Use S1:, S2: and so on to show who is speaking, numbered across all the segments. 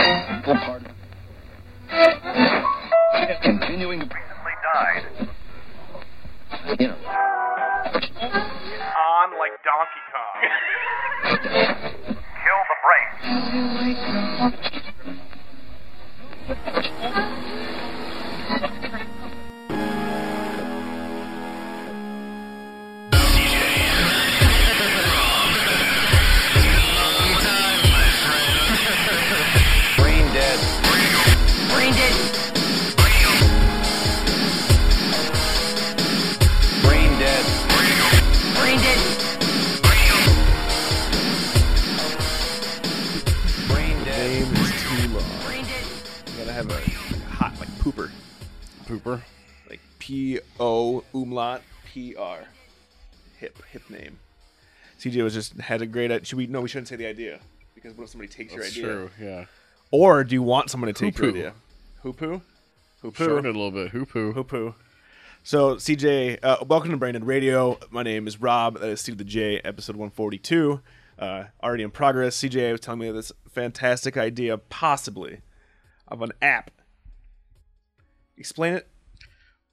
S1: Pardon. Continuing to
S2: died
S1: you know,
S2: on like Donkey Kong. Kill the brakes.
S3: Brain dead.
S4: Brain dead.
S3: Brain dead.
S4: Brain dead.
S3: Brain dead.
S5: Name is too long.
S4: Brain dead.
S5: You gotta have a hot like pooper,
S6: Pooper.
S5: like P O umlaut P R, hip hip name. CJ was just had a great. i- Should we? No, we shouldn't say the idea because what if somebody takes
S6: That's
S5: your idea?
S6: true. Yeah.
S5: Or do you want someone to take your
S6: Hoopoo.
S5: idea? Hoo poo, hoo poo,
S6: Shortened a little bit. Hoo poo.
S5: hoo poo. So CJ, uh, welcome to Brandon Radio. My name is Rob. That is Steve the J, episode one forty two. Uh, already in progress. CJ was telling me this fantastic idea, possibly, of an app. Explain it.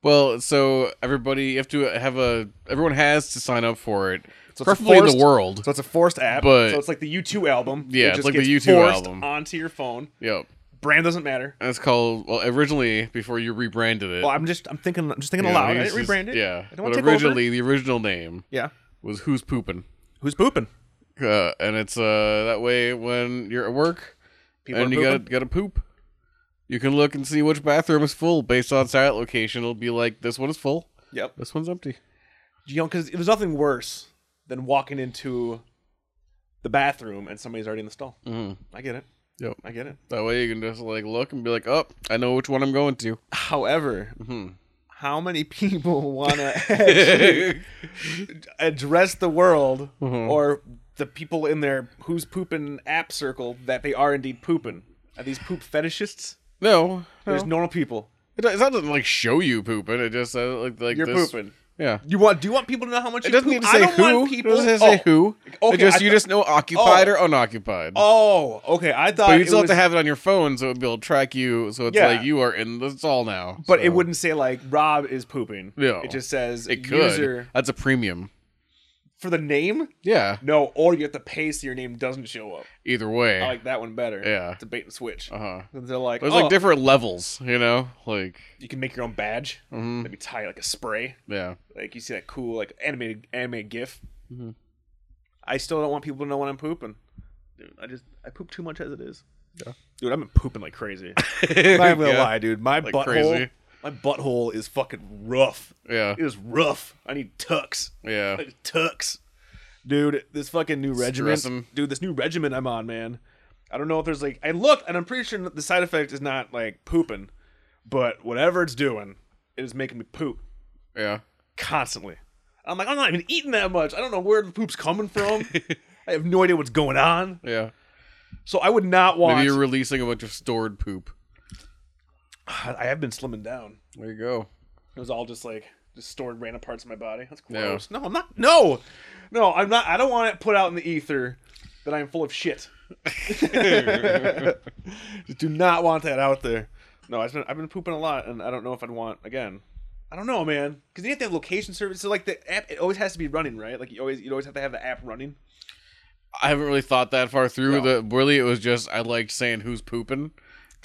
S6: Well, so everybody, you have to have a. Everyone has to sign up for it.
S5: So it's a
S6: Preferably in the
S5: forced-
S6: world.
S5: So it's a forced app.
S6: But-
S5: so it's like the U2 album.
S6: Yeah,
S5: It
S6: it's
S5: just
S6: like the
S5: gets
S6: U2
S5: forced
S6: album.
S5: onto your phone.
S6: Yep.
S5: Brand doesn't matter.
S6: And it's called. Well, originally, before you rebranded it.
S5: Well, I'm just I'm thinking I'm just thinking
S6: you know,
S5: aloud. I
S6: it's
S5: didn't
S6: just-
S5: rebrand it.
S6: Yeah.
S5: I don't want
S6: But
S5: to take originally,
S6: originally, the original name
S5: Yeah.
S6: was Who's Pooping.
S5: Who's pooping?
S6: Uh, and it's uh that way when you're at work
S5: People
S6: and
S5: are
S6: you gotta
S5: pooping?
S6: gotta poop, you can look and see which bathroom is full based on site location. It'll be like this one is full,
S5: Yep.
S6: this one's empty.
S5: You know, because there's nothing worse than walking into the bathroom and somebody's already in the stall.
S6: Mhm.
S5: I get it.
S6: Yep.
S5: I get it.
S6: That way you can just like look and be like, oh, I know which one I'm going to.
S5: However,
S6: Mhm.
S5: how many people want to address the world
S6: Mm-hmm.
S5: or the people in their who's pooping app circle that they are indeed pooping? Are these poop fetishists?
S6: no, no.
S5: There's normal people.
S6: It, it's not doesn't like show you pooping. It just uh, like like
S5: You're
S6: this-
S5: pooping.
S6: Yeah.
S5: You want? Do you want people to know how much
S6: It
S5: you
S6: doesn't
S5: poop?
S6: need to
S5: I
S6: say
S5: don't
S6: who.
S5: want
S6: It
S5: people.
S6: doesn't have to say
S5: oh.
S6: who.
S5: Okay,
S6: It just
S5: I
S6: you
S5: thought-
S6: just know occupied
S5: Oh.
S6: or unoccupied.
S5: Oh, okay. I thought.
S6: But
S5: it
S6: you'd still
S5: was-
S6: have to have it on your phone so it'd be able to track you. So it's
S5: Yeah.
S6: like you are in the stall now.
S5: But
S6: so.
S5: it wouldn't say like Rob is pooping.
S6: No.
S5: It just says
S6: It could.
S5: user
S6: That's a premium.
S5: for the name.
S6: Yeah.
S5: No, or you have to pay so your name doesn't show up.
S6: Either way.
S5: I like that one better.
S6: Yeah.
S5: It's a bait and switch.
S6: uh huh.
S5: They're like,
S6: There's
S5: oh,
S6: like different levels, you know? Like,
S5: you can make your own badge.
S6: mhm,
S5: Maybe tie like a spray.
S6: yeah.
S5: Like you see that cool like animated animated GIF.
S6: Mm-hmm.
S5: I still don't want people to know when I'm pooping. Dude, I just I poop too much as it is. Dude, I've been pooping like crazy. I'm not even gonna
S6: Yeah.
S5: lie, dude. My butthole,
S6: crazy.
S5: my butthole is fucking rough.
S6: Yeah.
S5: It is rough. I need tucks.
S6: Yeah.
S5: Like, Tux. Dude, this fucking new regiment.
S6: Stress 'em.
S5: Dude, this new regiment I'm on, man. I don't know if there's like I looked and I'm pretty sure the side effect is not like pooping, but whatever it's doing, it is making me poop
S6: Yeah.
S5: constantly. I'm like, I'm not even eating that much. I don't know where the poop's coming from. I have no idea what's going on.
S6: Yeah.
S5: So I would not watch
S6: Maybe you're releasing a bunch of stored poop.
S5: I have been slimming down.
S6: There you go.
S5: It was all just like just stored random parts of my body. That's
S6: Yeah.
S5: gross. No, I'm not. No, no, I'm not. I don't want it put out in the ether that I'm full of shit. just do not want that out there. No, I've been I've been pooping a lot, and I don't know if I'd want again. I don't know, man, because you have to have location service. So like the app, it always has to be running, right? Like you always you always have to have the app running.
S6: I haven't really thought that far
S5: No.
S6: through. The, really, it was just I liked saying who's pooping.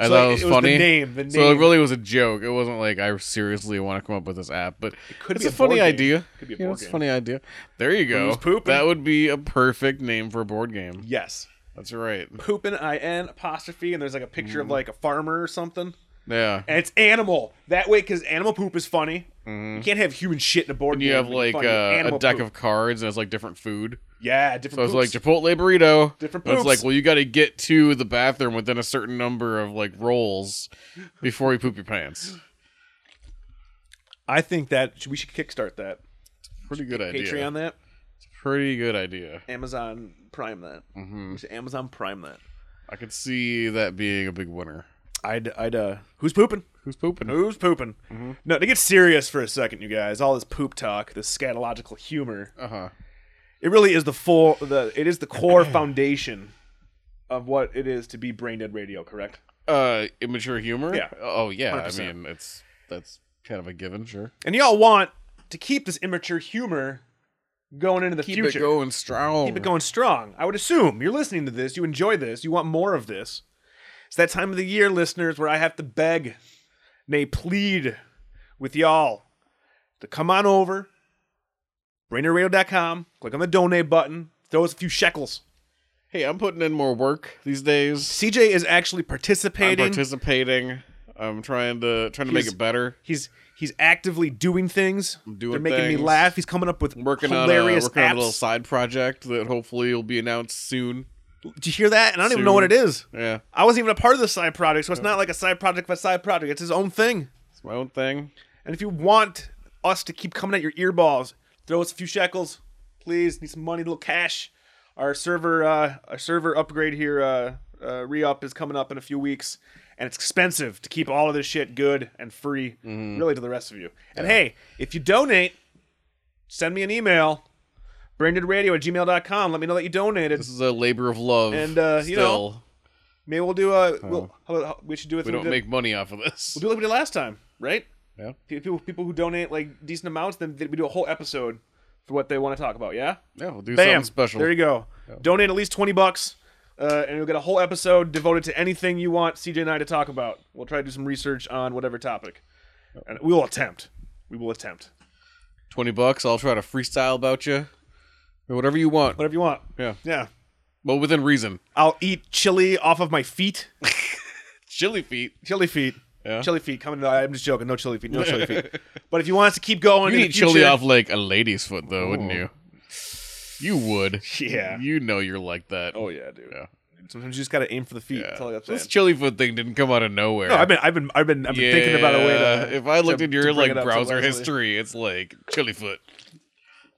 S6: I
S5: So,
S6: thought
S5: like,
S6: it was
S5: it was the
S6: funny.
S5: name, the
S6: So it
S5: name.
S6: really was a joke. It wasn't like I seriously want to come up with this app, but
S5: could
S6: it's
S5: be
S6: a,
S5: a board
S6: funny
S5: game.
S6: idea.
S5: Could be a
S6: You know,
S5: board
S6: it's a
S5: game.
S6: funny idea. There you go.
S5: Who's pooping?
S6: That would be a perfect name for a board game.
S5: Yes,
S6: That's right.
S5: pooping i n apostrophe, and there's like a picture of like a farmer or something.
S6: Yeah.
S5: and it's animal. That way, because animal poop is funny. You can't have human shit in a board
S6: And
S5: game.
S6: you have
S5: and
S6: like
S5: funny
S6: uh, a
S5: animal
S6: deck
S5: poop.
S6: of cards and it's like different food.
S5: yeah,
S6: So
S5: different.
S6: it's like
S5: poops.
S6: Chipotle burrito.
S5: Different
S6: But It's like,
S5: poops.
S6: well, you got to get to the bathroom within a certain number of like rolls before you poop your pants.
S5: I think that we should kickstart that
S6: Pretty good idea.
S5: Patreon that
S6: Pretty good idea.
S5: Amazon Prime that
S6: Mm-hmm.
S5: We should Amazon Prime that.
S6: I could see that being a big winner.
S5: I'd I'd uh who's pooping?
S6: Who's pooping?
S5: Who's pooping?
S6: Mm-hmm.
S5: No, to get serious for a second, you guys. All this poop talk, this scatological humor.
S6: Uh huh.
S5: It really is the full the it is the core foundation of what it is to be brain dead radio. Correct?
S6: uh immature humor
S5: Yeah.
S6: oh yeah i
S5: 100%.
S6: mean it's that's kind of a given sure
S5: And y'all want to keep this immature humor going into the
S6: keep
S5: future.
S6: it going strong
S5: keep it going strong. I would assume you're listening to this, you enjoy this, you want more of this. It's that time of the year, listeners, where I have to beg, nay, plead with y'all to come on over, brainerradio.com, click on the donate button, throw us a few shekels.
S6: hey i'm putting in more work these days
S5: CJ is actually
S6: i'm
S5: participating.
S6: participating i'm trying to trying to
S5: He's-
S6: make it better
S5: he's he's actively doing things.
S6: doing
S5: They're making
S6: things.
S5: me laugh. He's coming up with
S6: working on a,
S5: hilarious
S6: working
S5: apps.
S6: on a little side project that hopefully will be announced soon
S5: Do you hear that? And I don't even know
S6: Soon.
S5: what it is.
S6: yeah
S5: I wasn't even a part of the side project, so it's not like a side project of a side project. It's his own thing.
S6: it's my own thing
S5: And if you want us to keep coming at your earballs, throw us a few shekels, please. Need some money, a little cash. Our server, uh, our server upgrade here, uh, uh, re up is coming up in a few weeks, and it's expensive to keep all of this shit good and free, really, to the rest of you. And hey, if you donate, send me an email, brandedradio at gmail.com. Let me know that you donated.
S6: this is a labor of love
S5: And, uh, you know,
S6: still.
S5: Maybe we'll do a. We'll, how about, how, we should do it.
S6: we don't
S5: did,
S6: make money off of this
S5: We'll do like we did last time, right?
S6: yeah
S5: people people who donate like decent amounts, then we do a whole episode for what they want to talk about. Yeah,
S6: yeah we'll do
S5: bam,
S6: something special
S5: There you go. Donate at least twenty bucks, uh, and you'll get a whole episode devoted to anything you want CJ and I to talk about. We'll try to do some research on whatever topic, and we will attempt. We will attempt
S6: 20 bucks i'll try to freestyle about you or whatever you want
S5: whatever you want.
S6: yeah
S5: Yeah,
S6: well within reason
S5: I'll eat chili off of my feet.
S6: chili feet
S5: chili feet.
S6: Yeah.
S5: Chili feet coming. No, I'm just joking. No chili feet. No chili feet. But if you want us to keep going,
S6: You
S5: in
S6: need
S5: the future,
S6: chili off like a lady's foot, though, wouldn't you? You would.
S5: Yeah.
S6: You know you're like that.
S5: Oh yeah, dude.
S6: Yeah.
S5: Sometimes you just gotta aim for the feet.
S6: Yeah.
S5: That's all I'm saying.
S6: This chili foot thing didn't come out of nowhere.
S5: No, I've been, I've been, I've been, I've been thinking about a way to.
S6: Yeah, If I looked
S5: to-
S6: at
S5: to
S6: your
S5: bring
S6: like
S5: it up to
S6: browser
S5: Leslie.
S6: history, it's like chili foot.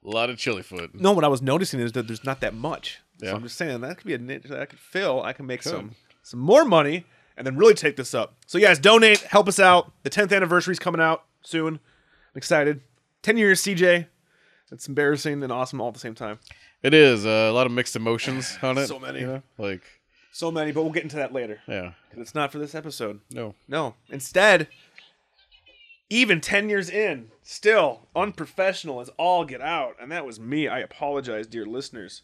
S6: A lot of chili foot.
S5: No, what I was noticing is that there's not that much.
S6: Yeah.
S5: So I'm just saying that could be a niche that I could fill. I can make some some more money and then really take this up. So you guys donate, help us out. The 10th anniversary is coming out soon. I'm excited. 10 years, CJ. It's embarrassing and awesome all at the same time.
S6: It is uh, a lot of mixed emotions on it.
S5: So many.
S6: you know? Like,
S5: So many, but we'll get into that later.
S6: yeah,
S5: 'Cause It's not for this episode.
S6: no.
S5: No. Instead, even 10 years in, still unprofessional as all get out. And that was me. I apologize, dear listeners.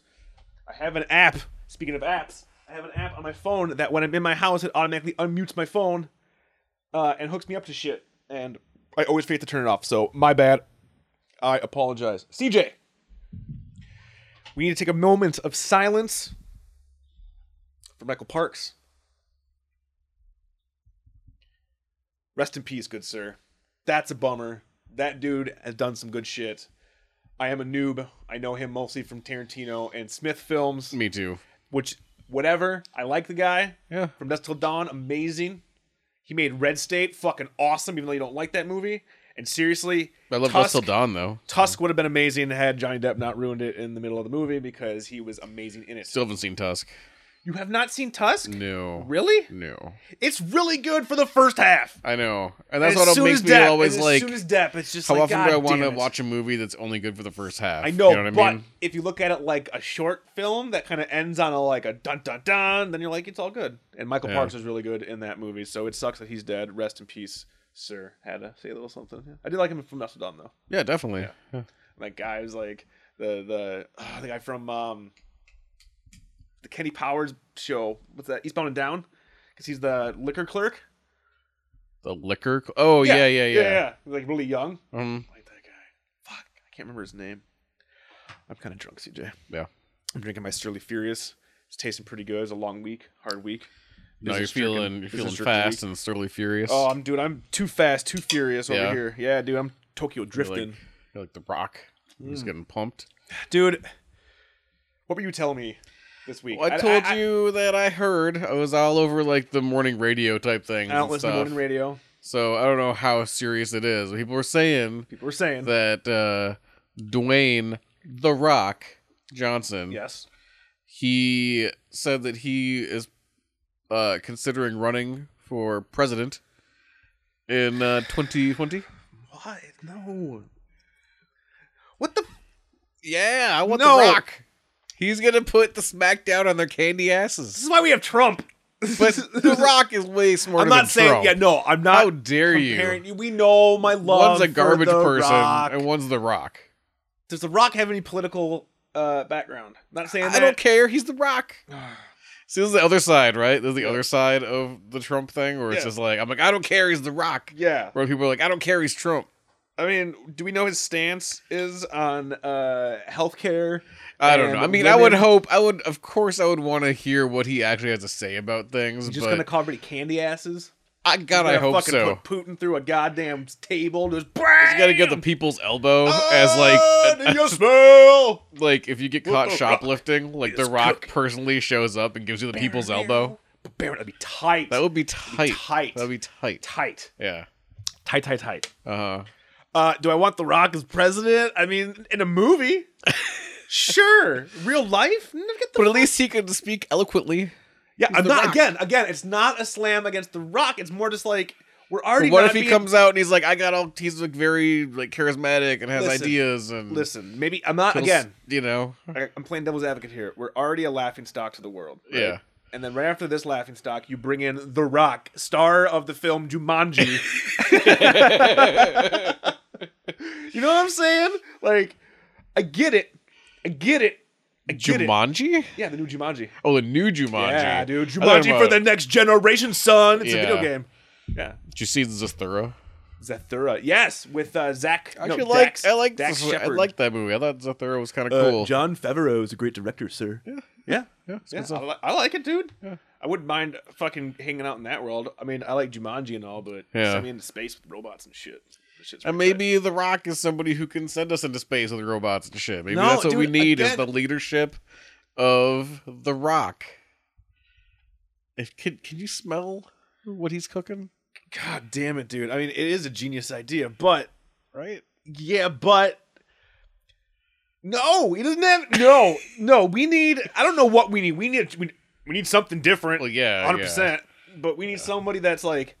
S5: I have an app. Speaking of apps, I have an app on my phone that when I'm in my house, it automatically unmutes my phone uh, and hooks me up to shit. And I always forget to turn it off. So, my bad. I apologize. CJ, we need to take a moment of silence for Michael Parks. Rest in peace, good sir. That's a bummer. That dude has done some good shit. I am a noob. I know him mostly from Tarantino and Smith films,
S6: Me too.
S5: which, whatever. I like the guy.
S6: Yeah.
S5: From Dusk Till Dawn, amazing. He made Red State fucking awesome, even though you don't like that movie. And seriously,
S6: I love
S5: Tusk,
S6: Russell Dawn though.
S5: Tusk would have been amazing had Johnny Depp not ruined it in the middle of the movie because he was amazing in it.
S6: Still haven't seen Tusk.
S5: you have not seen Tusk?
S6: No.
S5: Really?
S6: No.
S5: It's really good for the first half.
S6: I know,
S5: And
S6: and that's
S5: as
S6: what
S5: soon
S6: makes
S5: as
S6: me
S5: Depp, and
S6: always
S5: as
S6: like.
S5: soon as Depp, it's just
S6: How
S5: like,
S6: often
S5: God
S6: do I want to
S5: damn it.
S6: watch a movie that's only good for the first half?
S5: I know,
S6: You know what I mean?
S5: but if you look at it like a short film that kind of ends on a like a dun dun dun, then you're like, it's all good. And Michael
S6: Yeah.
S5: Parks was really good in that movie, so it sucks that he's dead. Rest in peace, sir. Had to say a little something. Yeah. I did like him from Dusk Till Dawn though.
S6: Yeah, definitely. Yeah.
S5: And that guy was like the the ah, the guy from um the Kenny Powers show. What's that? Eastbound and Down, because he's the liquor clerk.
S6: The liquor. cl- Oh yeah, yeah, yeah.
S5: Like really young.
S6: Um,
S5: I like that guy. Fuck, I can't remember his name. I'm kind of drunk, CJ.
S6: yeah.
S5: I'm drinking my Surly Furious. It's tasting pretty good. It was a long week, hard week.
S6: No,
S5: Business
S6: you're
S5: drinking-
S6: feeling you're
S5: business
S6: feeling
S5: drinking
S6: fast
S5: week.
S6: and surly furious.
S5: Oh, I'm dude. I'm too fast, too furious over
S6: Yeah.
S5: here. Yeah, dude. I'm Tokyo
S6: you're
S5: drifting, Mm.
S6: like, you're like the Rock. I'm Just getting pumped.
S5: dude. What were you telling me this week?
S6: Well, I told you that I heard. I was all over like the morning radio type thing.
S5: I, don't listen to morning radio.
S6: So I don't know how serious it is. People were saying
S5: People were saying
S6: that uh, Dwayne the Rock Johnson.
S5: yes.
S6: he said that he is uh, considering running for president in uh, 2020.
S5: What? No. What the?
S6: Yeah, I want
S5: No.
S6: the rock. He's gonna put the smack down on their candy
S5: This
S6: asses.
S5: is why we have Trump.
S6: But The Rock is way smarter.
S5: I'm not
S6: than
S5: saying.
S6: Trump.
S5: Yeah, no, I'm not.
S6: How dare you?
S5: comparing- We know my love.
S6: One's a garbage
S5: for the
S6: person,
S5: Rock.
S6: and one's The Rock.
S5: Does the Rock have any political uh, background? Not saying
S6: I
S5: that.
S6: don't care. He's The Rock. See, this is the other side, right? This is the other side of the Trump thing, where it's
S5: Yeah.
S6: just like, I'm like, I don't care. He's The Rock.
S5: Yeah,
S6: Where people are like, I don't care. He's Trump.
S5: I mean, do we know his stance is on uh, healthcare?
S6: I don't
S5: and
S6: know. I mean, I
S5: women?
S6: would hope. I would, of course, I would want to hear what he actually has to say about things.
S5: He's just
S6: but
S5: gonna call everybody candy asses.
S6: I God,
S5: Gonna
S6: I hope
S5: fucking
S6: so.
S5: Put Putin through a goddamn table. Just
S6: He's got to get the people's elbow as like,
S5: do Ah, you smell?
S6: like if you get caught
S5: the Rock
S6: shoplifting, like the
S5: is
S6: Rock
S5: cooking?
S6: personally shows up and gives you the people's elbow.
S5: Baron, that'd be tight.
S6: That would be tight.
S5: tight.
S6: That would be tight.
S5: tight,
S6: Yeah.
S5: tight, tight, tight.
S6: Uh huh.
S5: Uh, do I want The Rock as president? I mean, in a movie, sure. Real life, No, get the
S6: But at least he could speak eloquently.
S5: Yeah, I'm
S6: The
S5: not
S6: Rock.
S5: again. Again, it's not a slam against The Rock. It's more just like we're already.
S6: What
S5: not
S6: if he
S5: being-
S6: comes out and he's like, I got all. He's like very like charismatic and has
S5: Listen,
S6: ideas and
S5: Listen, maybe I'm not
S6: kills-
S5: again.
S6: You know.
S5: I- I'm playing devil's advocate here. We're already a laughing stock to the world. right?
S6: Yeah.
S5: And then right after this laughing stock, you bring in The Rock, star of the film Jumanji. you know what I'm saying? Like, I get it. I get it. I get it.
S6: Jumanji?
S5: Yeah, the new Jumanji.
S6: Oh, the new Jumanji.
S5: Yeah, dude.
S6: I thought
S5: Jumanji for
S6: about-
S5: the next generation, son. It's
S6: Yeah.
S5: a video game. Yeah.
S6: Did you see Zathura?
S5: Zathura. Yes, with uh, Zach.
S6: I
S5: no,
S6: actually like
S5: Dax-
S6: I like
S5: Dax
S6: Zathura- I
S5: Shepard.
S6: like that movie. I thought Zathura was kind of
S5: Uh,
S6: cool.
S5: John Favreau is a great director, sir. Yeah. Yeah.
S6: Yeah, it's good
S5: Yeah, I,
S6: stuff.
S5: li- I like it, dude. I wouldn't mind fucking hanging out in that world. I mean, I like Jumanji and all, but
S6: Yeah.
S5: send me into space with robots and shit. That shit's
S6: and
S5: pretty
S6: maybe The Rock is somebody who can send us into space with robots and shit. Maybe
S5: No,
S6: that's what we
S5: dude,
S6: need is
S5: again-
S6: the leadership of The Rock. If can can you smell what he's cooking?
S5: tight. God damn it, dude. I mean, it is a genius idea, but
S6: Right?
S5: yeah, but no, he doesn't have no, no. We need. I don't know what we need. We need. We, we need something different.
S6: Well, yeah,
S5: hundred
S6: yeah.
S5: percent. But we need somebody that's like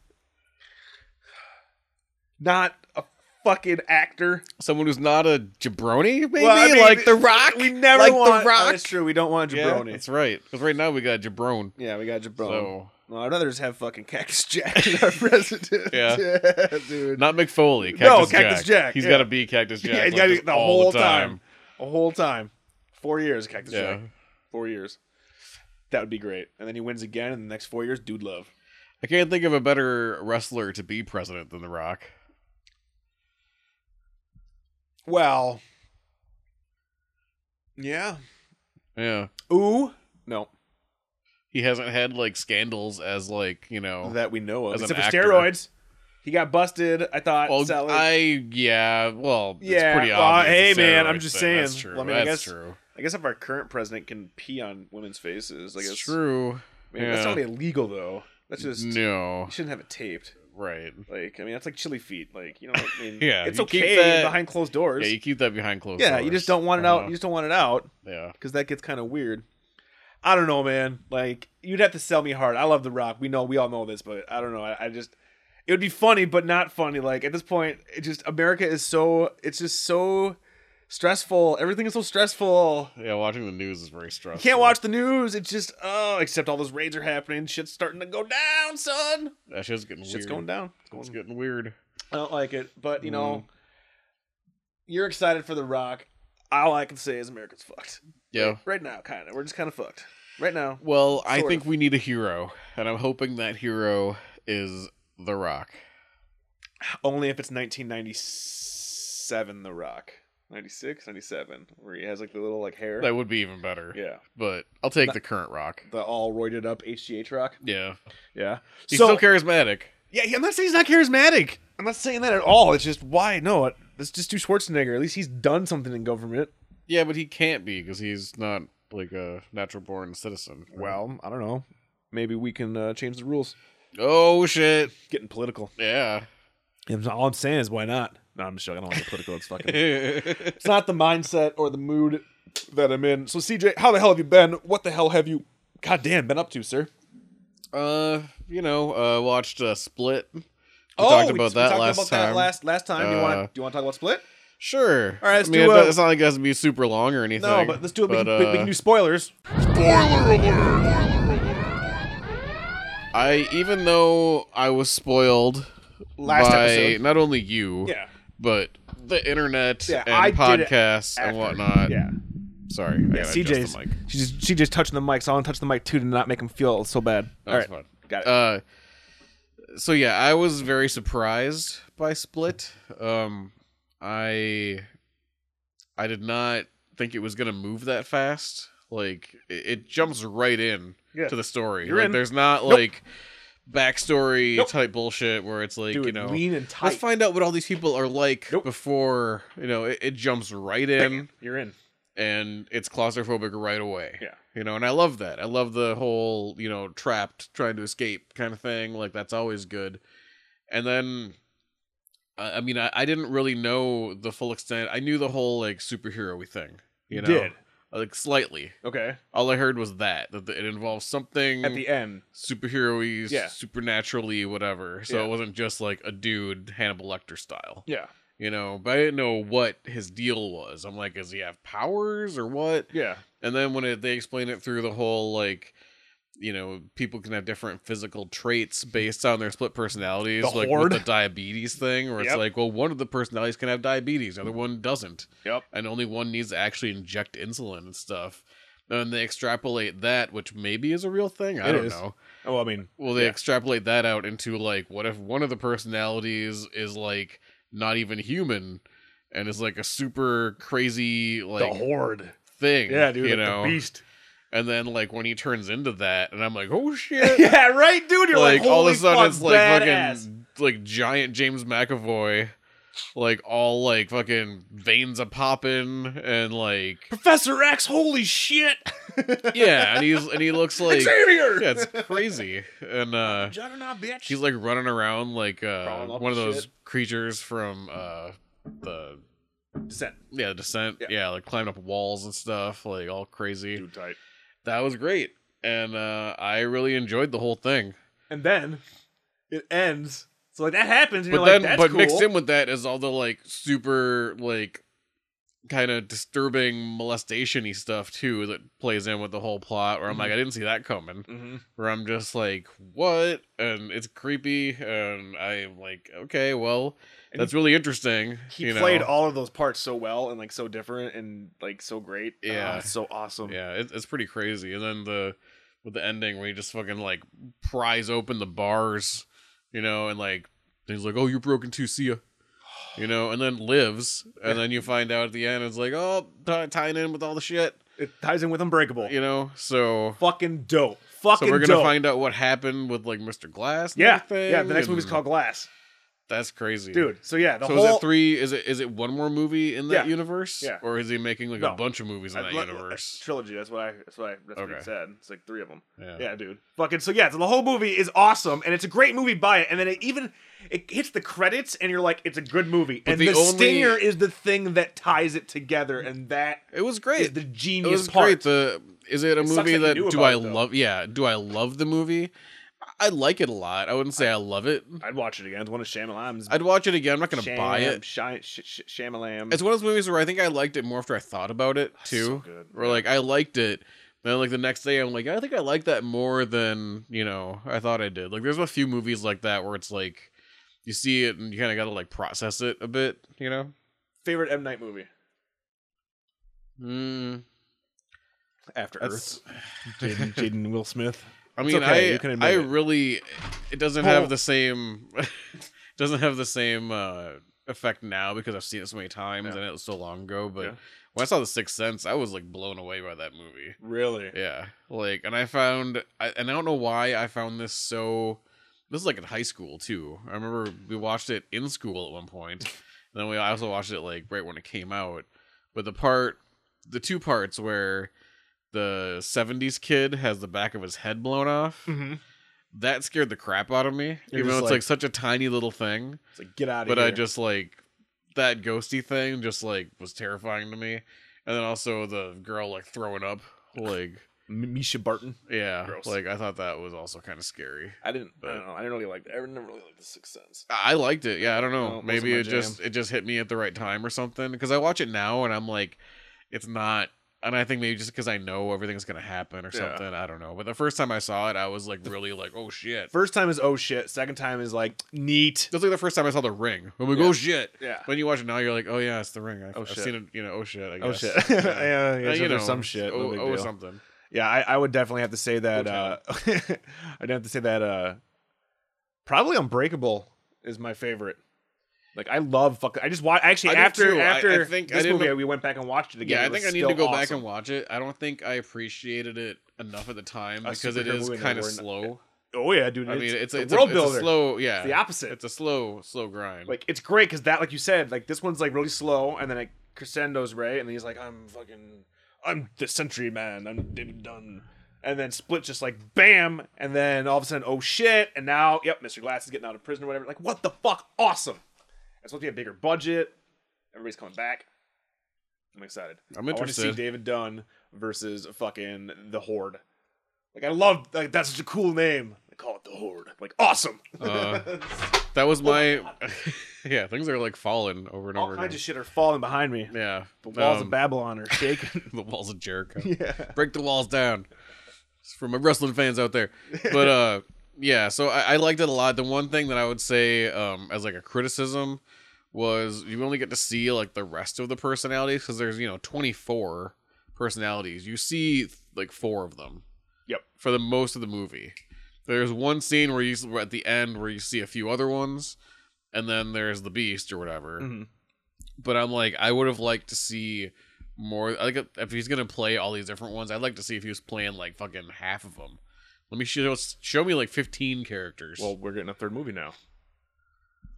S5: not a fucking actor.
S6: Someone who's not a jabroni, maybe
S5: Well, I mean,
S6: like The Rock.
S5: We never
S6: like
S5: want oh,
S6: The Rock.
S5: That's true. We don't want
S6: yeah,
S5: jabroni.
S6: that's right. Because right now we got jabroni.
S5: Yeah, we got jabroni.
S6: So
S5: Well, I'd rather just have fucking Cactus Jack as our president.
S6: Yeah.
S5: dude.
S6: Not McFoley. Cactus
S5: No,
S6: Jack.
S5: Cactus Jack,
S6: He's
S5: yeah.
S6: got to be Cactus Jack.
S5: yeah, he's
S6: like
S5: got to be
S6: this
S5: the
S6: all
S5: whole time. The whole time. Four years, Cactus
S6: Yeah.
S5: Jack. Four years. That would be great. And then he wins again in the next four years. Dude, love.
S6: I can't think of a better wrestler to be president than The Rock.
S5: Well. Yeah.
S6: Yeah.
S5: Ooh. No.
S6: He hasn't had like scandals as like, you know,
S5: That we know of.
S6: As an
S5: Except for
S6: actor.
S5: steroids. He got busted. I thought.
S6: well,
S5: selling-
S6: I yeah, well,
S5: Yeah,
S6: it's pretty
S5: well,
S6: obvious.
S5: hey,
S6: it's a
S5: man, I'm
S6: steroid
S5: just
S6: thing. That's
S5: saying.
S6: true.
S5: Well, I mean, I
S6: That's
S5: guess-
S6: true.
S5: I guess if our current president can pee on women's faces, I guess.
S6: It's true.
S5: I mean, That's
S6: Yeah.
S5: not illegal, though. That's just. You
S6: No.
S5: shouldn't have it taped.
S6: Right.
S5: Like, I mean, that's like chili feet. Like, you know, I mean,
S6: Yeah,
S5: it's
S6: you keep
S5: okay
S6: that-
S5: behind closed doors.
S6: Yeah,
S5: Yeah,
S6: you
S5: you,
S6: keep that behind closed doors.
S5: just don't want it
S6: Uh-huh.
S5: out. You just don't want it out
S6: Yeah.
S5: because that gets kind of weird. I don't know, man. Like, you'd have to sell me hard. I love The Rock. We know, we all know this, but I don't know. I, I just, it would be funny, but not funny. Like at this point, it just America is so, it's just so stressful. Everything is so stressful.
S6: Yeah, watching the news is very stressful.
S5: You can't watch the news. It's just, oh, except all those raids are happening. Shit's starting to go down, son.
S6: That shit's getting
S5: Shit's
S6: weird.
S5: going down. It's going
S6: It's getting weird.
S5: I don't like it, but you know, you're excited for The Rock. All I can say is America's fucked
S6: Yeah.
S5: right now. Kind of, we're just kind of fucked right now.
S6: Well, I
S5: Sort
S6: think
S5: of.
S6: we need a hero, and I'm hoping that hero is The Rock.
S5: Only if it's 1997, The Rock, 96, 97, where he has like the little like hair.
S6: That would be even better.
S5: yeah,
S6: But I'll take the current Rock.
S5: the all roided up HGH Rock.
S6: Yeah.
S5: Yeah,
S6: He's
S5: so
S6: still charismatic.
S5: yeah, yeah, I'm not saying he's not charismatic. I'm not saying that at all. It's just why no. It, let's just do Schwarzenegger. At least he's done something in government.
S6: Yeah, but he can't be because he's not like a natural born citizen.
S5: Well, I don't know. Maybe we can uh, change the rules.
S6: Oh shit.
S5: Getting political.
S6: Yeah.
S5: Yeah, All I'm saying is, why not? No, I'm just joking. I don't like the political. It's fucking.
S6: yeah.
S5: it's not the mindset or the mood that I'm in. So, CJ, how the hell have you been? What the hell have you, goddamn, been up to, sir?
S6: Uh, you know, uh, watched uh, Split. We
S5: oh,
S6: talked
S5: we-
S6: about
S5: we
S6: that
S5: talked
S6: last
S5: about
S6: time.
S5: That last last time. do you
S6: Uh,
S5: want do you want to talk about Split?
S6: Sure.
S5: All right, let's
S6: I mean,
S5: do,
S6: it
S5: uh,
S6: does- it's not like it has to be super long or anything.
S5: No, but let's do it. we, can, we- we
S6: uh,
S5: can do spoilers.
S6: I even though I was spoiled
S5: Last
S6: by
S5: episode.
S6: not only you,
S5: Yeah.
S6: but the internet
S5: Yeah,
S6: and
S5: I did it
S6: podcasts and
S5: after.
S6: whatnot.
S5: Yeah.
S6: Sorry, I
S5: Yeah,
S6: gotta adjust
S5: CJ's.
S6: the mic.
S5: She just she just touching the mic, so I want to touch the mic too to not make him feel so bad.
S6: That
S5: All
S6: was
S5: right,
S6: fun.
S5: got it.
S6: Uh, so yeah, I was very surprised by Split. Um, I I did not think it was gonna move that fast. Like it, it jumps right in
S5: Yeah.
S6: to the story.
S5: You're
S6: like
S5: in.
S6: there's not
S5: Nope.
S6: like backstory
S5: Nope.
S6: type bullshit where it's like
S5: Dude,
S6: you know
S5: lean and tight.
S6: let's find out what all these people are like
S5: Nope.
S6: before you know it, it jumps right in
S5: You're in.
S6: and it's claustrophobic right away.
S5: Yeah.
S6: You know, and I love that. I love the whole, you know, trapped trying to escape kind of thing. Like that's always good. And then I I mean, I, I didn't really know the full extent. I knew the whole like superhero thing, you know.
S5: did.
S6: Like slightly.
S5: Okay.
S6: All I heard was that that it involves something
S5: At the end.
S6: superhero-y,
S5: Yeah.
S6: supernaturally whatever. So
S5: Yeah.
S6: it wasn't just like a dude Hannibal Lecter style
S5: Yeah.
S6: you know but i didn't know what his deal was i'm like does he have powers or what
S5: Yeah.
S6: and then when it, they explain it through the whole like you know people can have different physical traits based on their split personalities
S5: The
S6: like
S5: horde.
S6: with the diabetes thing where it's
S5: Yep.
S6: like well one of the personalities can have diabetes the other one doesn't
S5: Yep.
S6: and only one needs to actually inject insulin and stuff and they extrapolate that which maybe is a real thing i
S5: It
S6: don't
S5: is.
S6: know
S5: Oh, well, I mean,
S6: well, they
S5: Yeah.
S6: extrapolate that out into like, what if one of the personalities is like not even human and is like a super crazy like
S5: horde.
S6: thing?
S5: Yeah, dude.
S6: You
S5: like the
S6: know,
S5: beast.
S6: and then like when he turns into that, and I'm like, oh shit!
S5: yeah, right, dude. You're like,
S6: like all of
S5: holy
S6: a sudden,
S5: fuck,
S6: it's like
S5: badass.
S6: fucking like giant James McAvoy, like all like fucking veins a popping and like
S5: Professor X. Holy shit.
S6: yeah, and he's and he looks like
S5: Xavier.
S6: yeah, it's crazy and uh
S5: Juggernaut, bitch.
S6: He's like running around like uh,
S5: Crawling up
S6: one of those
S5: shit.
S6: creatures from uh, the
S5: Descent.
S6: yeah descent.
S5: Yeah.
S6: Yeah. like climbing up walls and stuff, like all crazy.
S5: Dude, tight.
S6: That was great, and uh, I really enjoyed the whole thing.
S5: And then it ends. So like that happens, and
S6: But
S5: you're
S6: then,
S5: like, that's
S6: but
S5: cool.
S6: mixed in with that is all the like super like kind of disturbing molestation-y stuff too that plays in with the whole plot. Where I'm
S5: Mm-hmm.
S6: like, I didn't see that coming.
S5: Mhm.
S6: where I'm just like, what? And it's creepy, and I'm like, okay, well,
S5: And
S6: that's really interesting.
S5: He
S6: you
S5: played
S6: know?
S5: all of those parts so well and like so different and like so great.
S6: Yeah.
S5: Oh, it's so awesome.
S6: Yeah, it, it's pretty crazy. And then the with the ending where he just fucking like pries open the bars, you know, and like he's like, oh, you're broken too, see ya. You know, and then lives, and then you find out at the end it's like, oh, t- tying in with all the shit,
S5: It ties in with Unbreakable.
S6: you know. So,
S5: Fucking dope. Fucking
S6: so we're gonna
S5: dope.
S6: find out what happened with like Mr. Glass. and
S5: yeah,
S6: everything,
S5: yeah. The next movie's
S6: and
S5: called Glass,
S6: That's crazy,
S5: dude. So yeah, the
S6: so
S5: whole
S6: is it three? Is it is it one more movie in that
S5: Yeah.
S6: universe?
S5: Yeah.
S6: Or is he making like
S5: No.
S6: a bunch of movies in
S5: I-
S6: that
S5: like,
S6: universe?
S5: uh, trilogy. That's what I. That's what I. That's what
S6: Okay.
S5: he said. It's like three of them.
S6: Yeah.
S5: yeah, dude. Fucking so yeah. So the whole movie is awesome, and it's a great movie by it. And then it even it hits the credits, and you're like, it's a good movie. and
S6: the
S5: the,
S6: only-
S5: stinger is the thing that ties it together, and that
S6: It was
S5: is
S6: great.
S5: the
S6: it
S5: genius
S6: was
S5: part.
S6: great. The is it a
S5: sucks
S6: movie
S5: that you
S6: that,
S5: knew
S6: do
S5: about
S6: I
S5: it, though.
S6: love? Yeah. Do I love the movie? I I like it a lot. I wouldn't say I love it.
S5: I'd watch it again. It's one of Shyamalan's.
S6: I'd watch it again. I'm not gonna
S5: Sham-
S6: buy it.
S5: Shy, sh- sh- Shyamalan.
S6: It's one of those movies where I think I liked it more after I thought about it too.
S5: so good.
S6: Or like I liked it. Then like the next day I'm like, I think I like that more than, you know, I thought I did. Like there's a few movies like that where it's like you see it and you kinda gotta like process it a bit, you know?
S5: favorite M Night movie.
S6: Mm,
S5: After
S6: that's,
S5: Jaden, Jaden Will Smith.
S6: I
S5: It's
S6: mean
S5: okay,
S6: I
S5: you can admit
S6: I
S5: it.
S6: really it doesn't
S5: Well-
S6: have the same doesn't have the same uh effect now because I've seen it so many times and it was so long ago, but
S5: Yeah.
S6: when I saw The Sixth Sense, I was like blown away by that movie.
S5: Really?
S6: Yeah, like, and I found, I, and I don't know why I found this so. This is like in high school too. I remember we watched it in school at one point, and then we I also watched it like right when it came out. But the part, the two parts where the '70s kid has the back of his head blown off,
S5: Mm-hmm.
S6: that scared the crap out of me.
S5: You're
S6: even
S5: just
S6: though it's
S5: like-
S6: like such a tiny little thing
S5: It's like get out of
S6: but
S5: here.
S6: I just like that ghosty thing just like was terrifying to me. And then also the girl like throwing up, like
S5: M- Misha Barton.
S6: yeah,
S5: Gross.
S6: like I thought that was also kind of scary.
S5: I didn't. I
S6: But-
S5: don't know. I didn't really like. I never really liked The Sixth Sense.
S6: I I liked it. Yeah, I don't
S5: No,
S6: know.
S5: it wasn't
S6: Maybe
S5: my
S6: it just it just hit me at the right time or something. Because I watch it now and I'm like, it's not and I think maybe just because I know everything's gonna happen or
S5: Yeah.
S6: something, I don't know. But the first time I saw it, I was like really like, oh shit.
S5: First time is oh shit. Second time is like neat.
S6: That's like the first time I saw The Ring. I'm like, oh shit.
S5: Yeah.
S6: When you watch it now, you're like, oh yeah, it's The Ring. I've,
S5: Oh,
S6: I've
S5: shit.
S6: seen it. You know, oh shit. I
S5: Oh
S6: guess.
S5: shit.
S6: Yeah.
S5: yeah, yeah, so
S6: Uh, you know,
S5: there's some shit. no
S6: Oh,
S5: big
S6: oh
S5: deal.
S6: something.
S5: Yeah, I, I would definitely have to say that. Uh,
S6: Hotel.
S5: I'd have to say that. Uh, probably Unbreakable is my favorite. Like I love fucking. I just watch. Actually,
S6: I do
S5: after
S6: too. I-
S5: after
S6: I think I
S5: this
S6: didn't-
S5: movie, we went back and watched it again.
S6: Yeah,
S5: It
S6: I
S5: was
S6: think I need
S5: still
S6: to go back
S5: awesome.
S6: and watch it. I don't think I appreciated it enough at the time
S5: A
S6: because it
S5: superhero
S6: is
S5: movie that
S6: kind of
S5: we're not-
S6: slow.
S5: Oh yeah, dude.
S6: I mean, it's a,
S5: a
S6: it's, a,
S5: world
S6: it's
S5: builder.
S6: a slow. Yeah,
S5: It's the opposite.
S6: It's a slow, slow grind.
S5: like it's great because that, like you said, like this one's like really slow, and then it crescendos right, and then he's like, "I'm fucking, I'm the Century Man, I'm David Dunn," and then Split just like bam, and then all of a sudden, oh shit, and now, yep, Mr. Glass is getting out of prison or whatever. Like, what the fuck? Awesome. It's supposed to be a bigger budget. Everybody's coming back. I'm excited.
S6: I'm
S5: I want to see
S6: interested.
S5: David Dunn versus fucking the Horde. Like, I love like that's such a cool name. They call it the Horde. Like, awesome.
S6: Uh, that was my. yeah, things are like falling over and
S5: All
S6: over
S5: kinds
S6: again.
S5: of shit are falling behind me.
S6: yeah,
S5: The walls of
S6: um,
S5: Babylon are shaking.
S6: the walls of Jericho.
S5: yeah.
S6: break the walls down It's for my wrestling fans out there but uh yeah so I, I liked it a lot the one thing that i would say um as like a criticism was you only get to see like the rest of the personalities because there's you know 24 personalities you see like four of them
S5: Yep.
S6: for the most of the movie there's one scene where you s- at the end where you see a few other ones and then there's the beast or whatever
S5: Mhm.
S6: but i'm like i would have liked to see more like if he's gonna play all these different ones i'd like to see if he was playing like fucking half of them let me show show me like 15 characters
S5: Well, we're getting a third movie now.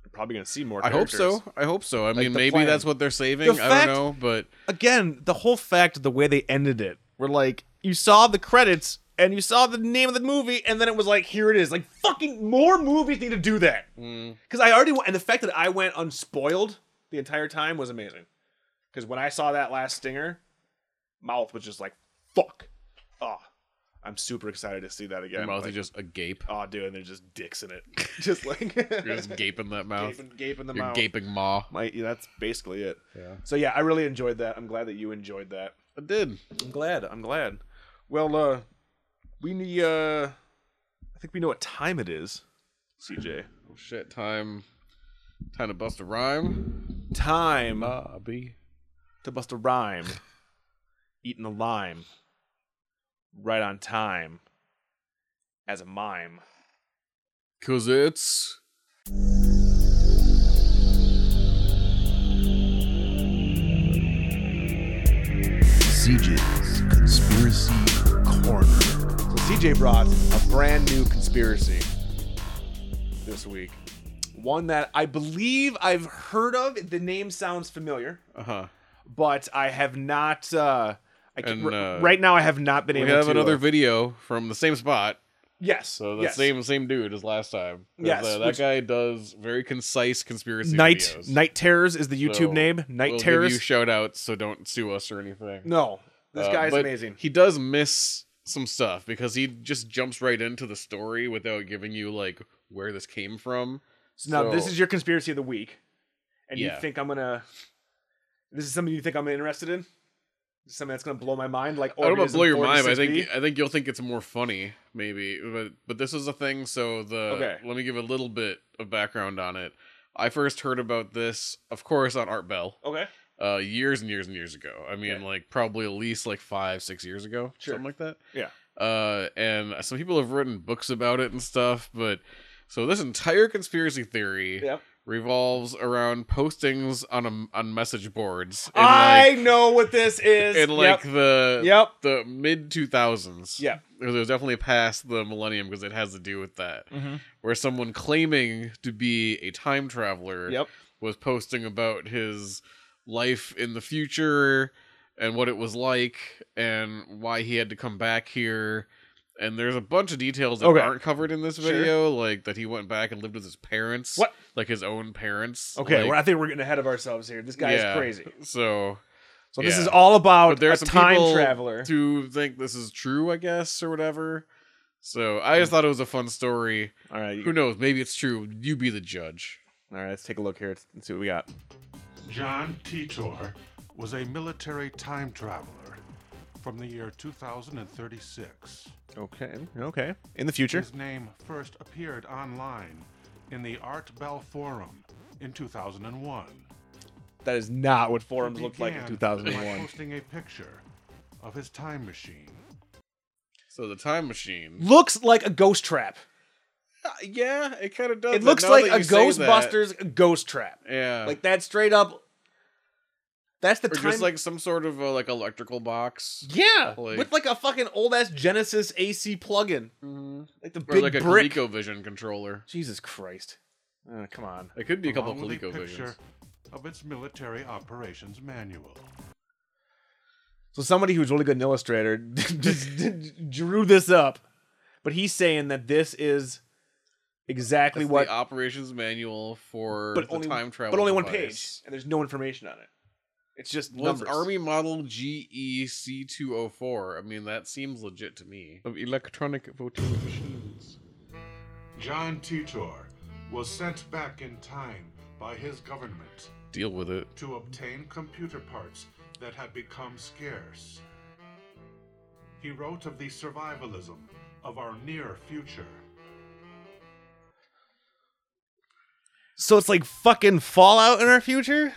S5: We're probably gonna see more.
S6: i hope
S5: Characters.
S6: so i hope so i mean
S5: the
S6: maybe
S5: plan.
S6: that's what they're saving
S5: The
S6: i
S5: fact-
S6: don't know but
S5: Again, the whole fact, the way they ended it, were like you saw the credits and you saw the name of the movie, and then it was like, here it is. Like fucking more movies need to do that. Because I already went, and the fact that I went unspoiled the entire time was amazing. Because when I saw that last stinger, mouth was just like, fuck, ah. I'm super excited to see that again.
S6: your mouth
S5: Like,
S6: is just agape
S5: oh, dude, and they're just dicks in it, just like
S6: you're just gaping that mouth
S5: gaping, gaping the
S6: your
S5: mouth.
S6: gaping maw
S5: My, yeah, that's basically it.
S6: Yeah.
S5: So yeah, I really enjoyed that. I'm glad that you enjoyed that.
S6: i did
S5: I'm glad. I'm glad. Well, uh, we need. Uh, I think we know what time it is. CJ,
S6: oh shit time time to bust a rhyme
S5: time uh,
S6: Bobby.
S5: to bust a rhyme. Eating a lime, right on time. As a mime.
S6: Cause it's
S1: CJ's Conspiracy Corner.
S5: So CJ brought a brand new conspiracy this week. One that I believe I've heard of. The name sounds familiar.
S6: uh huh.
S5: but I have not. Uh, I can,
S6: And, uh,
S5: right now, I have not been
S6: We
S5: able
S6: have
S5: to.
S6: another
S5: uh,
S6: video from the same spot.
S5: yes.
S6: So the
S5: yes.
S6: same same dude as last time. 'Cause,
S5: Yes,
S6: uh, that
S5: which-
S6: guy does very concise conspiracy
S5: Night
S6: videos.
S5: Night Terrors is the YouTube
S6: So
S5: name. Night
S6: we'll
S5: Terrors.
S6: Give you shout outs, so don't sue us or anything.
S5: no, this
S6: Uh,
S5: guy's
S6: but
S5: amazing.
S6: He does miss some stuff because he just jumps right into the story without giving you like where this came from.
S5: So now this
S6: so-
S5: is your conspiracy of the week, and
S6: Yeah.
S5: you think I'm gonna. This is something you think I'm interested in. Something that's gonna blow my mind, like oh,
S6: I don't know about
S5: Organism
S6: blow your mind. But I
S5: 46B?
S6: think I think you'll think it's more funny, maybe. But but this is a thing. So the
S5: Okay.
S6: let me give a little bit of background on it. I first heard about this, of course, on Art Bell,
S5: Okay,
S6: uh, years and years and years ago. I mean,
S5: Okay.
S6: like probably at least like five, six years ago,
S5: Sure.
S6: something like that.
S5: Yeah.
S6: Uh, and some people have written books about it and stuff. But so this entire conspiracy theory
S5: Yep.
S6: revolves around postings on a, on message boards. in,
S5: I
S6: like-
S5: know what this is.
S6: in like the
S5: yep. yep.
S6: the mid 2000s.
S5: Yeah.
S6: It was definitely past the millennium because it has to do with that.
S5: Mhm.
S6: Where someone claiming to be a time traveler
S5: Yep.
S6: was posting about his life in the future and what it was like and why he had to come back here. And there's a bunch of details that
S5: Okay.
S6: aren't covered in this
S5: Sure.
S6: video, like that he went back and lived with his parents,
S5: What?
S6: like his own parents.
S5: Okay,
S6: like-
S5: well, I think we're getting ahead of ourselves here. This guy
S6: Yeah.
S5: is crazy.
S6: so
S5: So this
S6: Yeah.
S5: is all about
S6: but there's
S5: a
S6: some
S5: time
S6: people
S5: traveler.
S6: to think this is true, I guess, or whatever. So I
S5: Hmm.
S6: just thought it was a fun story.
S5: all right, you-
S6: Who knows? Maybe it's true. You be the judge.
S5: All right, let's take a look here and see what we got.
S7: John Titor was a military time traveler from the year 2036.
S5: Okay. Okay. In the future.
S7: His name first appeared online in the Art Bell Forum in 2001.
S5: That is not what forums
S7: He
S5: looked like in
S7: began By
S5: 2001.
S7: posting a picture of his time machine.
S6: So the time machine.
S5: looks like a ghost trap.
S6: Uh, Yeah, it kind of does.
S5: It looks
S6: now
S5: like
S6: that
S5: a
S6: you say that.
S5: Ghostbusters ghost trap.
S6: Yeah.
S5: Like that straight up. That's the
S6: or
S5: time.
S6: just like some sort of uh, like electrical box.
S5: yeah,
S6: like-
S5: with like a fucking old ass Genesis AC plug-in, like the
S6: Or
S5: big
S6: like a
S5: brick.
S6: ColecoVision controller.
S5: Jesus Christ! Uh, come on.
S6: It could be a couple of
S7: along with a picture
S6: ColecoVisions.
S7: of its military operations manual.
S5: So somebody who's really good in Illustrator just drew this up, but he's saying that this is exactly
S6: That's
S5: what,
S6: the operations manual for
S5: but
S6: the
S5: only
S6: time travel.
S5: but only one page,
S6: device.
S5: and there's no information on it. It's just
S6: Well, it's
S5: numbers.
S6: Army Model E GEC204. I mean, that seems legit to me. Of electronic voting machines.
S7: John Titor was sent back in time by his government
S6: Deal with it.
S7: to obtain computer parts that had become scarce. He wrote of the survivalism of our near future.
S5: So it's like fucking Fallout in our future,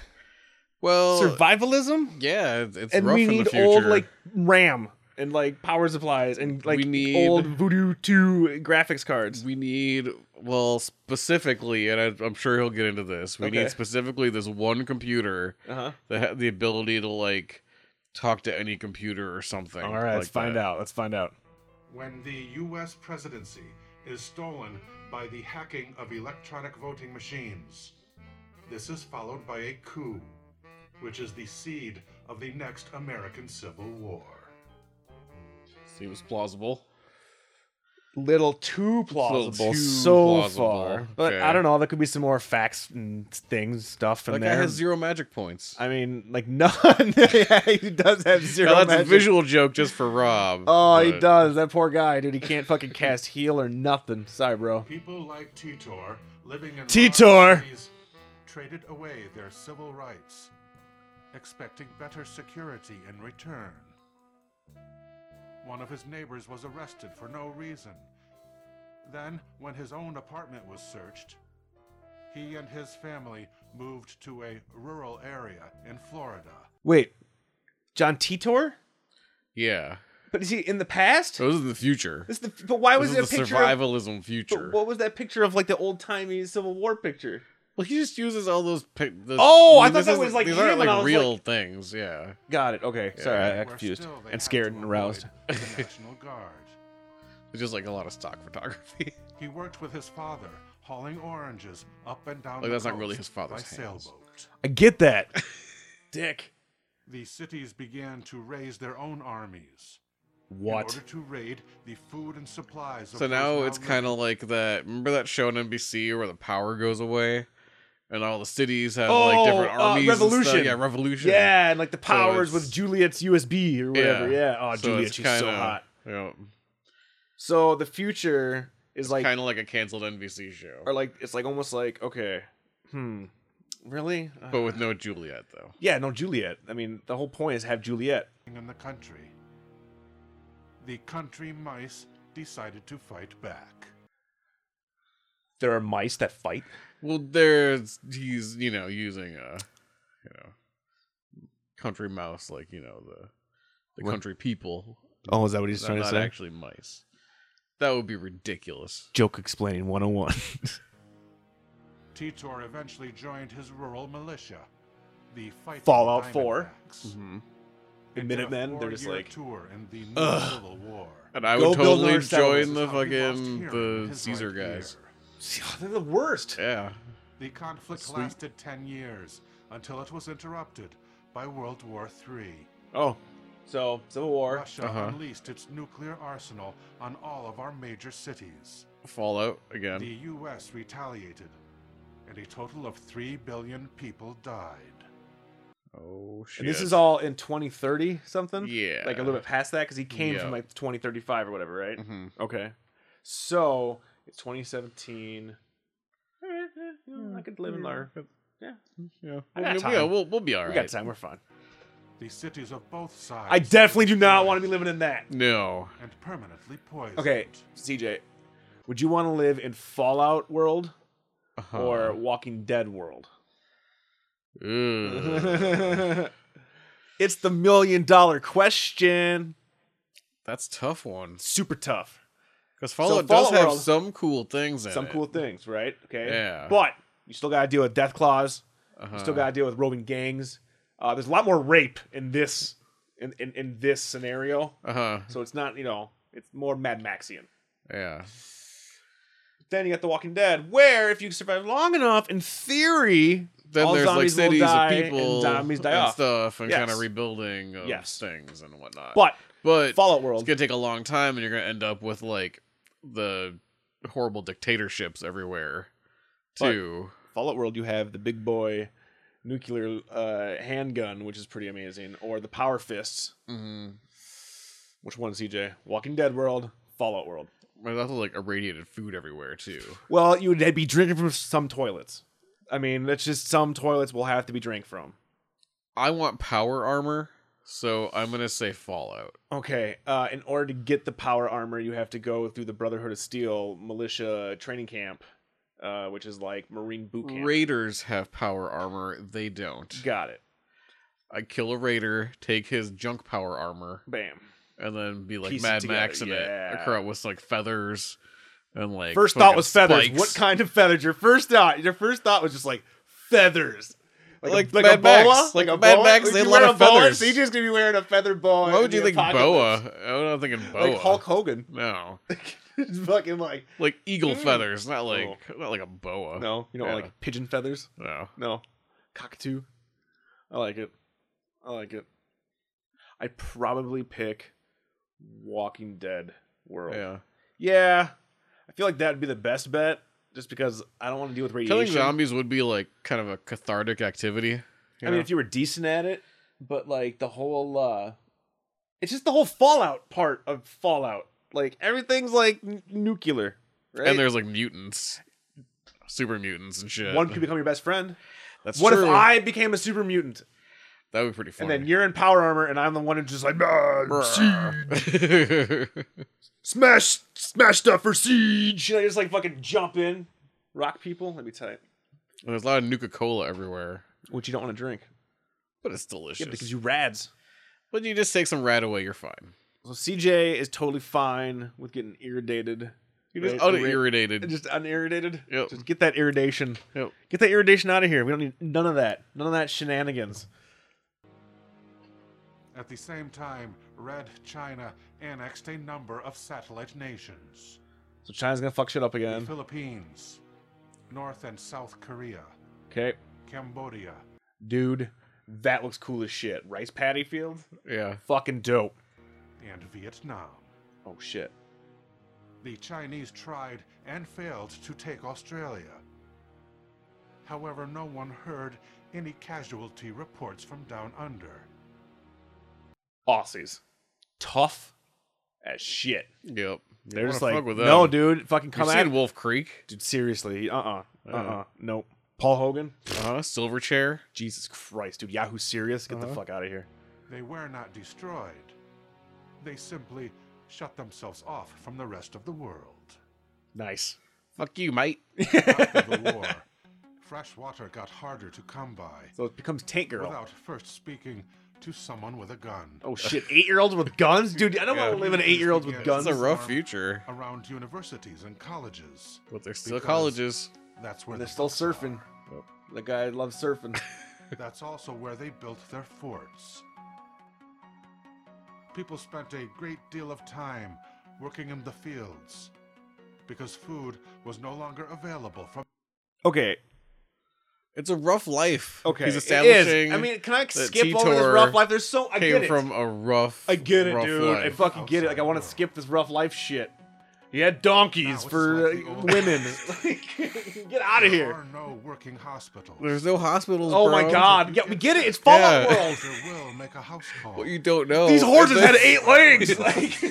S6: Well,
S5: survivalism,
S6: yeah, it's, it's
S5: and
S6: rough
S5: we
S6: in the
S5: need
S6: future.
S5: old like RAM and like power supplies and like
S6: We need-
S5: old Voodoo two graphics cards.
S6: we need well specifically, and I, I'm sure he'll get into this. We
S5: Okay.
S6: need specifically this one computer
S5: Uh-huh.
S6: that had the ability to like talk to any computer or something.
S5: All right, let's find out. Let's find out.
S7: When the U.S. presidency is stolen by the hacking of electronic voting machines, this is followed by a coup, which is the seed of the next American Civil War.
S6: Seems plausible.
S5: little too plausible
S6: too
S5: so
S6: plausible.
S5: far. But
S6: Okay.
S5: I don't know. There could be some more facts and things, stuff in
S6: That guy
S5: there.
S6: has zero magic points.
S5: I mean, like none. yeah, he does have zero.
S6: Now, that's
S5: magic.
S6: a visual joke just for Rob.
S5: Oh, he
S6: but-
S5: does. That poor guy, dude. He can't fucking cast heal or nothing. Sorry, bro.
S7: People like Titor living in
S5: Titor!
S7: large cities traded away their civil rights, expecting better security in return. One of his neighbors was arrested for no reason. Then, when his own apartment was searched, he and his family moved to a rural area in Florida.
S5: Wait, John Titor?
S6: Yeah,
S5: But is he in the past?
S6: so this is the future.
S5: This the, but why
S6: Oh.
S5: was
S6: This is
S5: there a
S6: the
S5: picture? Of,
S6: survivalism future.
S5: but what was that picture of like the old timey Civil War picture?
S6: Well, he just uses all those. Pic- those
S5: Oh, I thought
S6: this
S5: that
S6: isn't-
S5: was, like,
S6: these
S5: him,
S6: aren't
S5: and I
S6: like
S5: was
S6: real things. Yeah,
S5: Got it. Okay, sorry, I got
S7: where
S5: confused
S7: still they had
S5: and scared
S7: to
S5: and aroused.
S7: avoid The National Guard.
S6: it's just like a lot of stock photography.
S7: He worked with his father, hauling oranges up and down
S6: Like,
S7: the
S6: that's not
S7: coast
S6: really his father's
S7: by
S6: hands.
S7: sailboat.
S5: I get that, Dick.
S7: The cities began to raise their own armies in
S5: What?
S7: order to raid the food and supplies. Of
S6: so
S7: those
S6: now it's kind
S7: living.
S6: of like that. Remember that show on NBC where the power goes away, and all the cities have
S5: Oh,
S6: like different
S5: uh,
S6: armies. and stuff?
S5: Revolution.
S6: Yeah, revolution.
S5: Yeah, and like the powers
S6: it's-
S5: with Juliet's USB or whatever. Yeah. Oh,
S6: So
S5: Juliet,
S6: it's
S5: she's so
S6: kinda-
S5: hot.
S6: You know,
S5: So the future is like,
S6: kind of like a canceled NBC show,
S5: or like it's like almost like okay, hmm, really? Uh,
S6: but with no Juliet though.
S5: yeah, no Juliet. I mean, the whole point is have Juliet.
S7: in the country. The country mice decided to fight back.
S5: There are mice that fight.
S6: Well, there's he's you know using a you know country mouse like you know the the
S5: What?
S6: country people.
S5: Oh, is that what he's
S6: They're not actually mice. That would be ridiculous.
S5: Joke explaining 101.
S7: Titor eventually joined his rural militia, the Fighting
S5: Fallout 4.
S7: Diamondbacks,
S5: In
S7: and did a
S5: Minutemen, they're just
S7: four-year
S5: like,
S7: tour in the new Civil War.
S6: And I
S5: Go
S6: would
S5: build
S6: totally
S5: another settlement.
S6: join the
S7: How he lost
S6: fucking
S7: hearing
S6: the
S7: his
S6: Caesar
S7: right ear.
S6: guys.
S5: oh, they're the worst.
S6: Yeah.
S7: The conflict
S6: Sweet.
S7: lasted 10 years until it was interrupted by World War III.
S5: Oh, so Civil War.
S7: Russia
S6: uh-huh.
S7: unleashed its nuclear arsenal on all of our major cities.
S6: Fallout again.
S7: The U.S. retaliated, and a total of 3 billion people died.
S6: oh shit.
S5: And this is all in 2030 something.
S6: Yeah.
S5: like a little bit past that because he came
S6: Yeah.
S5: from like 2035 or whatever, right?
S6: Mhm.
S5: Okay. So it's 2017. Eh, eh, you know, I could live in there.
S6: Yeah.
S5: I
S6: We'll,
S5: got
S6: we'll,
S5: time.
S6: yeah, we'll, we'll be all
S5: We
S6: right.
S5: got time. We're fine.
S7: the cities of both sides.
S5: I definitely do not want to be living in that.
S6: No.
S7: and permanently poisoned.
S5: Okay, CJ, would you want to live in Fallout world
S6: Uh-huh.
S5: or Walking Dead world?
S6: Ugh.
S5: it's the million dollar question.
S6: that's a tough one.
S5: Super tough.
S6: Because Fallout,
S5: Fallout
S6: does have
S5: World-
S6: some cool things in
S5: Some
S6: it.
S5: cool things, right? Okay.
S6: Yeah.
S5: But you still got to deal with death claws.
S6: Uh-huh.
S5: You still got to deal with roving gangs. Uh, there's a lot more rape in this in, in, in this scenario.
S6: Uh-huh.
S5: So it's not, you know, it's more Mad Maxian.
S6: Yeah.
S5: Then you got The Walking Dead, where if you survive long enough, in theory,
S6: Then
S5: all
S6: there's like
S5: zombies will
S6: cities
S5: die
S6: of
S5: and
S6: people
S5: zombies die
S6: and
S5: off.
S6: stuff and
S5: Yes.
S6: kind of rebuilding of
S5: Yes.
S6: things and whatnot.
S5: But
S6: but
S5: Fallout
S6: it's
S5: World,
S6: gonna take a long time, and you're gonna end up with like the horrible dictatorships everywhere
S5: But-
S6: too.
S5: Fallout World, you have the big boy nuclear uh, handgun, which is pretty amazing, or the power fists.
S6: mm-hmm.
S5: Which one, CJ? Walking Dead World, Fallout World.
S6: There's also like irradiated food everywhere too.
S5: Well, you would be drinking from some toilets. I mean, that's just some toilets will have to be drank from.
S6: I want power armor, so I'm gonna say Fallout.
S5: Okay, uh, in order to get the power armor, you have to go through the Brotherhood of Steel militia training camp, uh, which is like Marine boot camp.
S6: Raiders have power armor. They don't.
S5: Got it.
S6: I kill a raider, take his junk power armor,
S5: Bam.
S6: and then be like
S5: Piece it
S6: Mad
S5: together,
S6: Max in it.
S5: yeah.
S6: A crowd with like feathers and like
S5: First thought
S6: fucking
S5: was feathers.
S6: spikes.
S5: What kind of feathers? Your first thought. Your first thought was just like feathers.
S6: Like
S5: a, like a
S6: Mad Max.
S5: boa,
S6: Like Mad Max,
S5: Would
S6: they
S5: you
S6: had a
S5: wear
S6: lot of
S5: boa?
S6: feathers.
S5: CJ's gonna be wearing a feather boa.
S6: Why would
S5: in
S6: you
S5: the
S6: think boa?
S5: apocalypse.
S6: I'm not thinking boa.
S5: Like Hulk Hogan,
S6: No,
S5: It's fucking like
S6: like eagle feathers, not like
S5: Cool.
S6: not like a
S5: Mm.
S6: boa.
S5: Oh. no, you don't
S6: Yeah.
S5: like pigeon feathers.
S6: no.
S5: No, cockatoo. I like it. I like it. I'd probably pick Walking Dead World.
S6: Yeah,
S5: Yeah. I feel like that'd be the best bet, just because I don't want to deal with radiation.
S6: killing zombies would be like kind of a cathartic activity.
S5: I mean, if you were decent at it, but like the whole, uh it's just the whole Fallout part of Fallout. Like everything's like n- nuclear, right?
S6: and there's like mutants, super mutants and shit.
S5: one could become your best friend.
S6: That's
S5: what if
S6: true.
S5: I became a super mutant
S6: That would be pretty
S5: and
S6: funny.
S5: then you're in power armor and I'm the one who's just like "Ah,
S6: Brr.
S5: smash, smash stuff for siege? And I just like fucking jump in, rock people. Let me tell you,
S6: there's a lot of Nuka Cola everywhere,
S5: what you don't want to drink,
S6: but it's delicious.
S5: yeah, because you rads.
S6: But you just take some rat away, you're fine.
S5: So CJ is totally fine with getting irritated.
S6: You're just
S5: Right?
S6: out of irritated.
S5: just unirritated.
S6: Yep.
S5: Just get that irritation.
S6: Yep.
S5: Get that irritation out of here. We don't need none of that. None of that shenanigans.
S7: At the same time, Red China annexed a number of satellite nations
S5: So China's gonna fuck shit up
S7: the
S5: again.
S7: Philippines, North and South Korea,
S5: Okay,
S7: Cambodia,
S5: dude, that looks cool as shit. Rice paddy fields,
S6: yeah.
S5: fucking dope.
S7: and Vietnam.
S5: Oh shit.
S7: The Chinese tried and failed to take Australia. However, no one heard any casualty reports from down under.
S5: Aussies, tough as shit.
S6: Yep. You
S5: They're
S6: wanna
S5: just like,
S6: fuck with
S5: no,
S6: them.
S5: dude, fucking
S6: You've
S5: come
S6: seen
S5: at
S6: Wolf Creek,
S5: dude. Seriously, uh, uh-uh, uh, nope. Paul Hogan,
S6: uh-huh. Silverchair.
S5: Jesus Christ, dude. Yahoo Serious, get the fuck out of here.
S7: They were not destroyed. They simply shut themselves off from the rest of the world.
S5: Nice.
S6: Fuck you, mate.
S7: After the war, fresh water got harder to come by
S5: So it becomes Tank Girl.
S7: without first speaking to someone with a gun.
S5: Oh shit! Eight year olds with guns, dude. I don't
S6: Yeah.
S5: want to live in eight year olds with
S7: That's
S5: guns.
S6: It's a rough future,
S7: Around universities and colleges.
S6: but they're still
S7: Because-
S6: colleges.
S7: That's where
S5: They're
S7: the
S5: still
S7: books are.
S5: surfing. The guy loves surfing.
S7: That's also where they built their forts. People spent a great deal of time working in the fields because food was no longer available from
S5: okay,
S6: It's a rough life.
S5: okay.
S6: He's
S5: it is.
S6: establishing.
S5: I mean, can I
S6: that
S5: skip over this
S6: Titor
S5: rough life? There's so I
S6: came
S5: get it.
S6: from a rough.
S5: I get it,
S6: rough
S5: dude. I
S6: life.
S5: fucking get it. Like I want to
S7: Outside
S5: skip this rough life shit. He had donkeys
S7: Now it's
S5: for
S7: like the
S5: uh,
S7: old-
S5: women. Like, get out of
S7: there
S5: here.
S7: are no working hospitals.
S6: There's no hospitals.
S5: Oh my
S6: bro.
S5: god. Yeah, Oh, we get it. It's Fallout
S6: Yeah.
S5: World.
S7: There will make a house call.
S6: What you don't know.
S5: These
S6: is
S5: horses had
S6: that-
S5: eight legs. Like,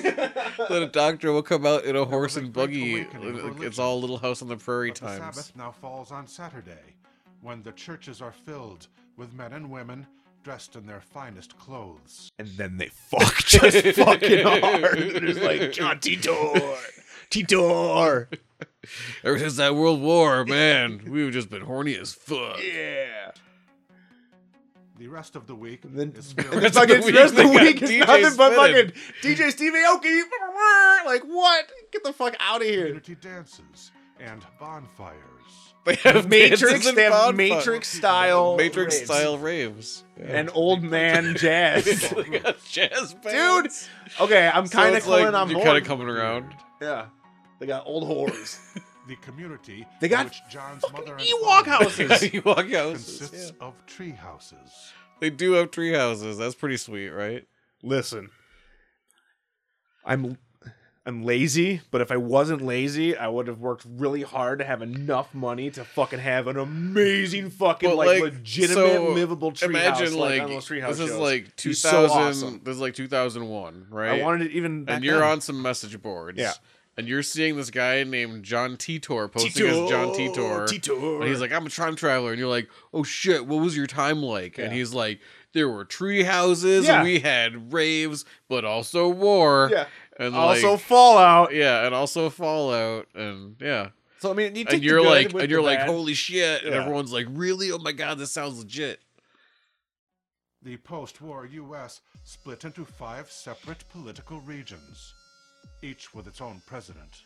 S6: That a doctor will come out in a horse
S7: was a
S6: and
S7: great
S6: buggy.
S7: awakening of
S6: It's
S7: religion.
S6: all Little House on the Prairie
S7: but the
S6: times.
S7: Sabbath now falls on Saturday, when the churches are filled with men and women dressed in their finest clothes.
S5: and then they fuck just fucking hard. They're just like John Titor, Titor.
S6: Ever since that World War, man, we've just been horny as fuck.
S5: Yeah.
S7: The rest of the week
S5: then-
S7: is
S5: And the
S7: filled
S6: Rest of
S5: fucking
S6: the week,
S5: rest of the
S6: they got
S5: week is
S6: DJ
S5: nothing but
S6: spinning.
S5: fucking DJ Steve Aoki. Like what? Get the fuck out of here.
S7: community dances and bonfires.
S6: They have
S5: Matrix,
S6: dances and
S5: they have
S6: bonfires.
S5: Matrix style,
S6: Matrix
S5: raves.
S6: style raves.
S5: and old man jazz.
S6: They got jazz
S5: Dude,
S6: bands.
S5: okay, I'm
S6: So
S5: kind of
S6: it's like
S5: calling on
S6: You're
S5: board.
S6: kind of coming around.
S5: yeah, they got old whores.
S7: The community
S5: They got
S7: in which John's
S5: Fucking
S7: mother and
S5: Ewok
S7: father
S5: houses.
S6: you walk out.
S7: consists of tree houses.
S6: They do have tree houses. That's pretty sweet, right?
S5: Listen, I'm I'm lazy, but if I wasn't lazy, I would have worked really hard to have enough money to fucking have an amazing fucking
S6: But,
S5: like,
S6: like,
S5: legitimate
S6: so
S5: livable treehouse.
S6: Imagine
S5: like,
S6: like,
S5: on those treehouse
S6: this is
S5: shows.
S6: like
S5: Be
S6: 2000.
S5: so awesome.
S6: This is like 2001, right?
S5: I wanted it even. Back
S6: and you're
S5: then.
S6: on some message boards.
S5: Yeah.
S6: And you're seeing this guy named John Titor posting as John Titor.
S5: Titor.
S6: And he's like, I'm a time traveler. And you're like, oh shit, what was your time like? And
S5: Yeah.
S6: he's like, there were tree houses.
S5: Yeah.
S6: And we had raves, but also war.
S5: Yeah.
S6: And
S5: also
S6: like,
S5: Fallout.
S6: yeah. And also Fallout. And yeah.
S5: So I mean, you take
S6: And
S5: the
S6: you're
S5: good
S6: like,
S5: with
S6: and
S5: the
S6: you're like,
S5: bad.
S6: holy shit. And
S5: Yeah.
S6: everyone's like, really? Oh my God, this sounds legit.
S7: The post war U.S. split into five separate political regions, each with its own president.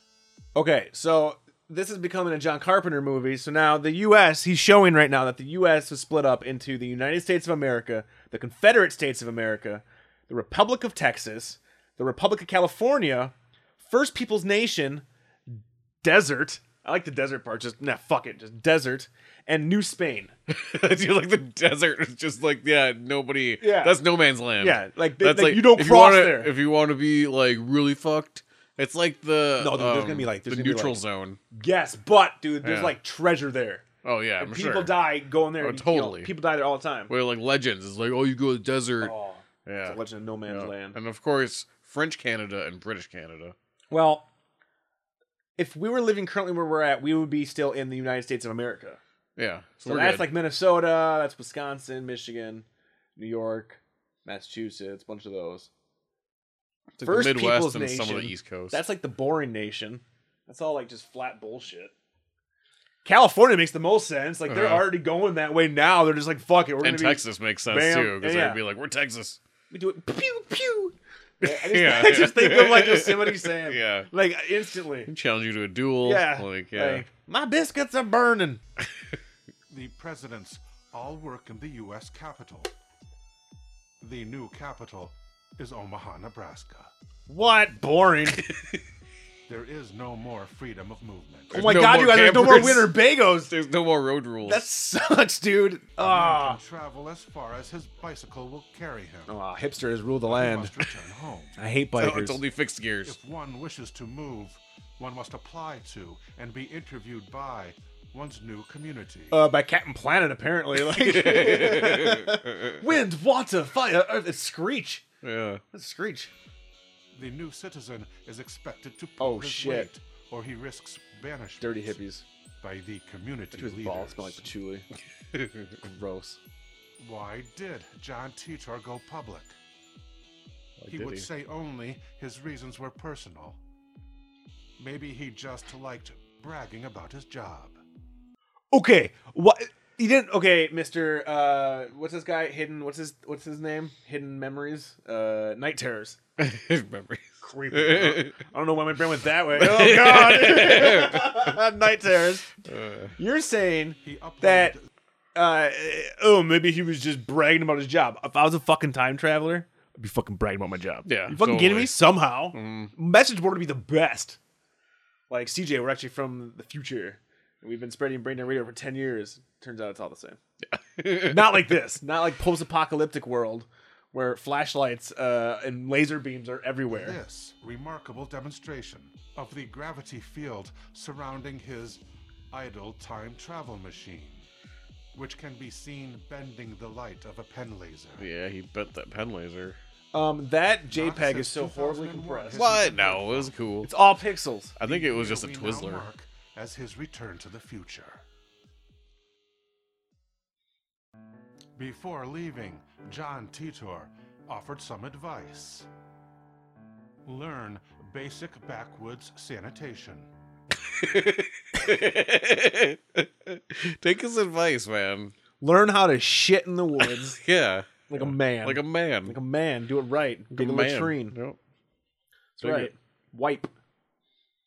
S5: Okay, so this is becoming a John Carpenter movie. So now the U.S. He's showing right now that the U.S. was split up into the United States of America, the Confederate States of America, the Republic of Texas, the Republic of California, First Peoples Nation, desert. I like the desert part. Just nah, fuck it, just desert and New Spain.
S6: You're like the desert is just like yeah nobody
S5: Yeah.
S6: that's no man's land
S5: Yeah, like, they- like, you don't
S6: if
S5: cross
S6: wanna,
S5: there.
S6: if you want to be like really fucked it's like the
S5: No, dude, there's
S6: um,
S5: gonna be, like, there's gonna
S6: the
S5: be,
S6: neutral
S5: like-
S6: zone
S5: Yes, but dude, there's
S6: Yeah.
S5: like treasure there.
S6: oh yeah I'm
S5: people
S6: sure.
S5: die going there.
S6: Oh,
S5: and, you know,
S6: totally.
S5: people die there all the time.
S6: where like legends is like oh you go to the desert
S5: Oh,
S6: yeah
S5: the Legend of No Man's
S6: Yeah.
S5: Land.
S6: and of course French Canada and British Canada
S5: Well, if we were living currently where we're at, we would be still in the United States of America.
S6: yeah
S5: So
S6: we're
S5: that's
S6: good.
S5: like Minnesota, that's Wisconsin, Michigan, New York, Massachusetts, bunch of those.
S6: It's like
S5: First
S6: the Midwest
S5: Peoples
S6: and some of
S5: Nation.
S6: the East Coast
S5: That's like the boring nation. That's all like just flat bullshit. California makes the most sense. Like they're
S6: Uh-huh.
S5: already going that way now. They're just like, fuck it, we're gonna
S6: and
S5: be
S6: Texas makes sense
S5: Bam.
S6: too because
S5: Yeah.
S6: they'd be like we're Texas
S5: we do it pew pew. I just,
S6: Yeah.
S5: I just think of like Yosemite Sam.
S6: yeah
S5: Like instantly.
S6: challenge you to a duel
S5: Yeah.
S6: like yeah
S5: Like, my biscuits are burning.
S7: The presidents all work in the U.S. capital. The new capital is Omaha, Nebraska.
S5: What boring.
S7: There is no more freedom of movement.
S5: Oh my
S6: no
S5: god,
S6: more
S5: you guys, there's no more
S6: campers.
S5: Winterbagos.
S6: there's no more road rules
S5: That sucks, dude.
S6: Oh,
S7: Man
S5: Ah.
S7: can travel as far as his bicycle will carry him.
S5: Ah, hipsters rule the
S7: He
S5: land.
S7: must return home.
S5: I hate
S6: Oh,
S5: bikers.
S6: it's only fixed gears.
S7: If one wishes to move, one must apply to and be interviewed by one's new community.
S5: Uh, by Captain Planet, apparently. Like wind, water, fire, earth. It's Screech.
S6: Yeah.
S5: It's Screech.
S7: The new citizen is expected to put
S5: Oh,
S7: his
S5: shit.
S7: weight, or he risks banishment.
S5: Dirty hippies.
S7: by the community
S5: His
S7: leaders.
S5: balls smell like patchouli. Gross.
S7: Why did John Titor go public? he
S6: did
S7: would
S6: he?
S7: say only his reasons were personal. Maybe he just liked bragging about his job.
S5: Okay, what you didn't? Okay, Mister. Uh, what's this guy? Hidden. What's his? What's his name? Hidden memories. Uh, night terrors.
S6: Memories.
S5: Creepy. I don't know why my brain went that way. Oh God, night terrors.
S6: Uh.
S5: You're saying
S7: He uploaded
S5: that? Uh, oh, maybe he was just bragging about his job. If I was a fucking time traveler, I'd be fucking bragging about my job.
S6: Yeah,
S5: you fucking kidding
S6: totally. Mm-hmm.
S5: me? Somehow, message board would be the best. Like CJ, we're actually from the future. We've been spreading brain dead radio for ten years. Turns out it's all the same. not like this. Not like post-apocalyptic world where flashlights uh, and laser beams are everywhere.
S7: this remarkable demonstration of the gravity field surrounding his idle time travel machine, which can be seen bending the light of a pen laser.
S6: yeah, he bent that pen laser.
S5: Um, that JPEG
S7: since
S5: is so horribly
S7: 2001
S5: compressed.
S7: has-
S6: What? No, it was cool.
S5: It's all pixels.
S6: I think it was just a
S7: We now
S6: Twizzler.
S7: mark As his return to the future. Before leaving, John Titor offered some advice. Learn basic backwoods sanitation.
S6: Take his advice, man.
S5: Learn how to shit in the woods
S6: Yeah,
S5: like a man.
S6: like a man.
S5: like a man. Do it right. Dig a
S6: man.
S5: latrine.
S6: Yep.
S5: That's right. Wipe.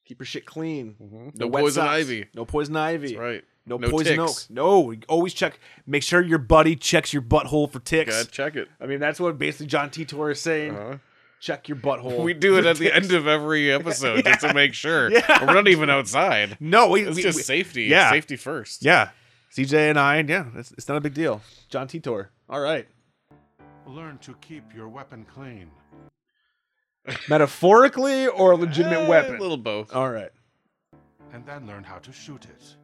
S5: Keep your shit clean.
S6: Mm-hmm. No
S5: wet
S6: poison
S5: socks.
S6: ivy.
S5: No poison ivy.
S6: That's right.
S5: No,
S6: No
S5: poison
S6: ticks.
S5: oak. No. Always check. Make sure your buddy checks your butthole for ticks.
S6: Gotta check it.
S5: I mean, that's what basically John Titor is saying. Check your butthole.
S6: Uh-huh. We do it at the end of every episode just to make sure. We're not even outside.
S5: No, we,
S6: It's
S5: we-
S6: just
S5: we-
S6: safety. It's
S5: yeah.
S6: Safety first.
S5: Yeah. CJ and I, and yeah, it's, it's not a big deal. John Titor. All right.
S7: Learn to keep your weapon clean.
S5: Metaphorically or a legitimate
S6: Eh,
S5: weapon?
S6: A little both.
S5: All right.
S7: And then learn how to shoot it.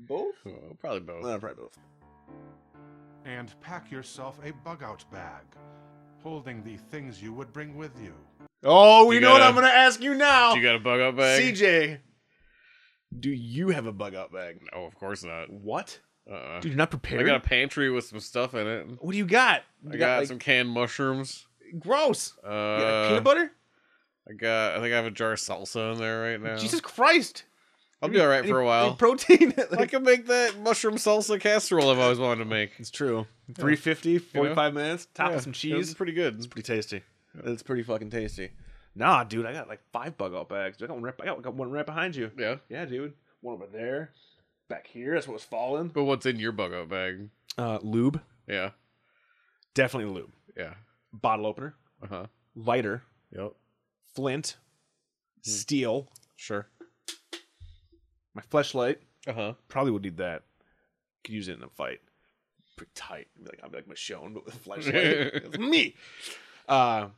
S5: Both?
S6: Oh, probably both.
S5: Uh, probably both.
S7: And pack yourself a bug out bag, holding the things you would bring with you.
S5: Oh, we
S6: You
S5: know what
S6: gotta-
S5: I'm going to ask you now.
S6: you got a bug out bag?
S5: CJ, do you have a bug out bag?
S6: No, of course not.
S5: What?
S6: Uh-uh.
S5: Dude, you're not
S6: I
S5: prepared.
S6: got a pantry with some stuff in it.
S5: What do you got? You
S6: I got
S5: like,
S6: some canned mushrooms.
S5: gross.
S6: Uh,
S5: You got peanut butter?
S6: I got. I think I have a jar of salsa in there right now.
S5: Jesus Christ!
S6: I'll be all right for a
S5: Any-
S6: while.
S5: any protein?
S6: I can make that mushroom salsa casserole I've always wanted to make.
S5: it's true. 350, 45 minutes, top
S6: Yeah,
S5: of some
S6: It's
S5: cheese.
S6: pretty good.
S5: It's pretty tasty. It's pretty fucking tasty. Nah, dude, I got like five bug out bags. I got one right, I got, got one right behind you.
S6: yeah.
S5: Yeah, dude. One over there. Back here. That's what was falling.
S6: But what's in your bug out bag?
S5: Uh, lube.
S6: Yeah.
S5: Definitely lube.
S6: Yeah.
S5: Bottle opener.
S6: Uh huh.
S5: Lighter.
S6: Yep.
S5: Flint. Hmm. Steel.
S6: Sure.
S5: My fleshlight.
S6: Uh huh.
S5: Probably would need that. Could use it in a fight. Pretty tight. Be like, I'm like Michonne, but with a fleshlight. it's me. Uh,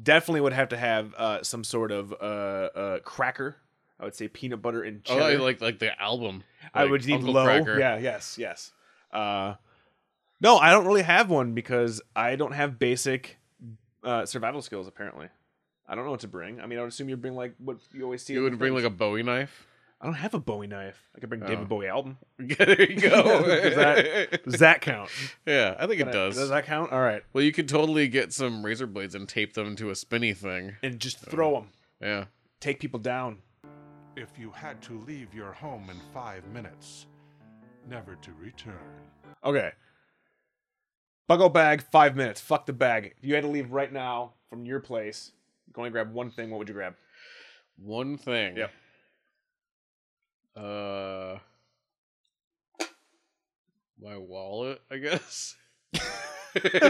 S5: definitely would have to have uh, some sort of uh, uh, cracker. I would say peanut butter and
S6: Oh,
S5: cheddar.
S6: I like like the album.
S5: I
S6: Like
S5: would need
S6: Uncle
S5: low.
S6: Cracker.
S5: Yeah, yes, yes. Uh, no, I don't really have one because I don't have basic uh, survival skills. Apparently, I don't know what to bring. I mean, I would assume you'd bring like what you always see.
S6: You
S5: in
S6: would bring
S5: things.
S6: like a Oh. Bowie knife.
S5: I don't have a Bowie knife. I could bring David Bowie album.
S6: Yeah, there you go.
S5: Does that- Does that count?
S6: yeah, I think it does.
S5: Does that count? All right,
S6: Well, you could totally get some razor blades and tape them to a spinny thing.
S5: and just
S6: Oh.
S5: throw them.
S6: Yeah.
S5: Take people down.
S7: If you had to leave your home in five minutes, never to return.
S5: Okay. Bug out bag, five minutes. Fuck the bag. If you had to leave right now from your place, you can only grab one thing. What would you grab?
S6: One thing.
S5: Yep.
S6: Uh, my wallet, I guess. like,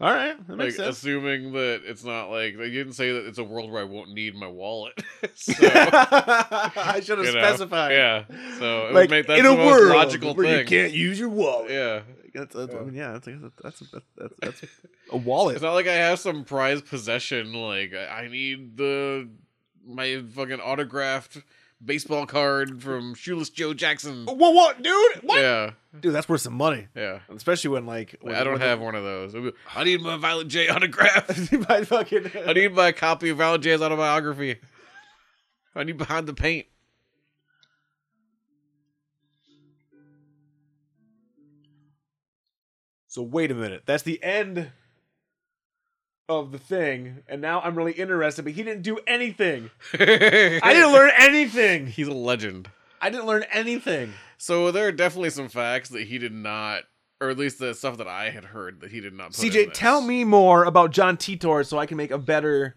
S5: All right, that makes sense.
S6: assuming that it's not like they didn't say that it's a world where I won't need my wallet. so,
S5: I should have
S6: you know,
S5: specified.
S6: Yeah. So it
S5: Like
S6: would make that's
S5: in
S6: the
S5: a
S6: most
S5: world
S6: logical
S5: where
S6: thing.
S5: you can't use your wallet.
S6: yeah.
S5: That's, that's, I mean, yeah, that's that's that's, that's, that's a wallet.
S6: It's not like I have some prized possession. Like I I need the my fucking autographed baseball card from Shoeless Joe Jackson.
S5: what, what, dude? Oh, What?
S6: Yeah,
S5: Dude, that's worth some money,
S6: yeah.
S5: especially when like when,
S6: I don't have one of those. It'd be, I need my Violet J autograph.
S5: have. My fucking.
S6: I need my copy of Violet J's autobiography. I need Behind the Paint.
S5: So wait a minute. That's the end of the thing, and now I'm really interested. But he didn't do anything. I
S6: I
S5: didn't learn anything.
S6: He's a legend.
S5: I didn't learn anything.
S6: So there are definitely some facts that he did not, or at least the stuff that I had heard that he did not. Put in
S5: CJ,
S6: this.
S5: tell me more about John Titor so I can make a better,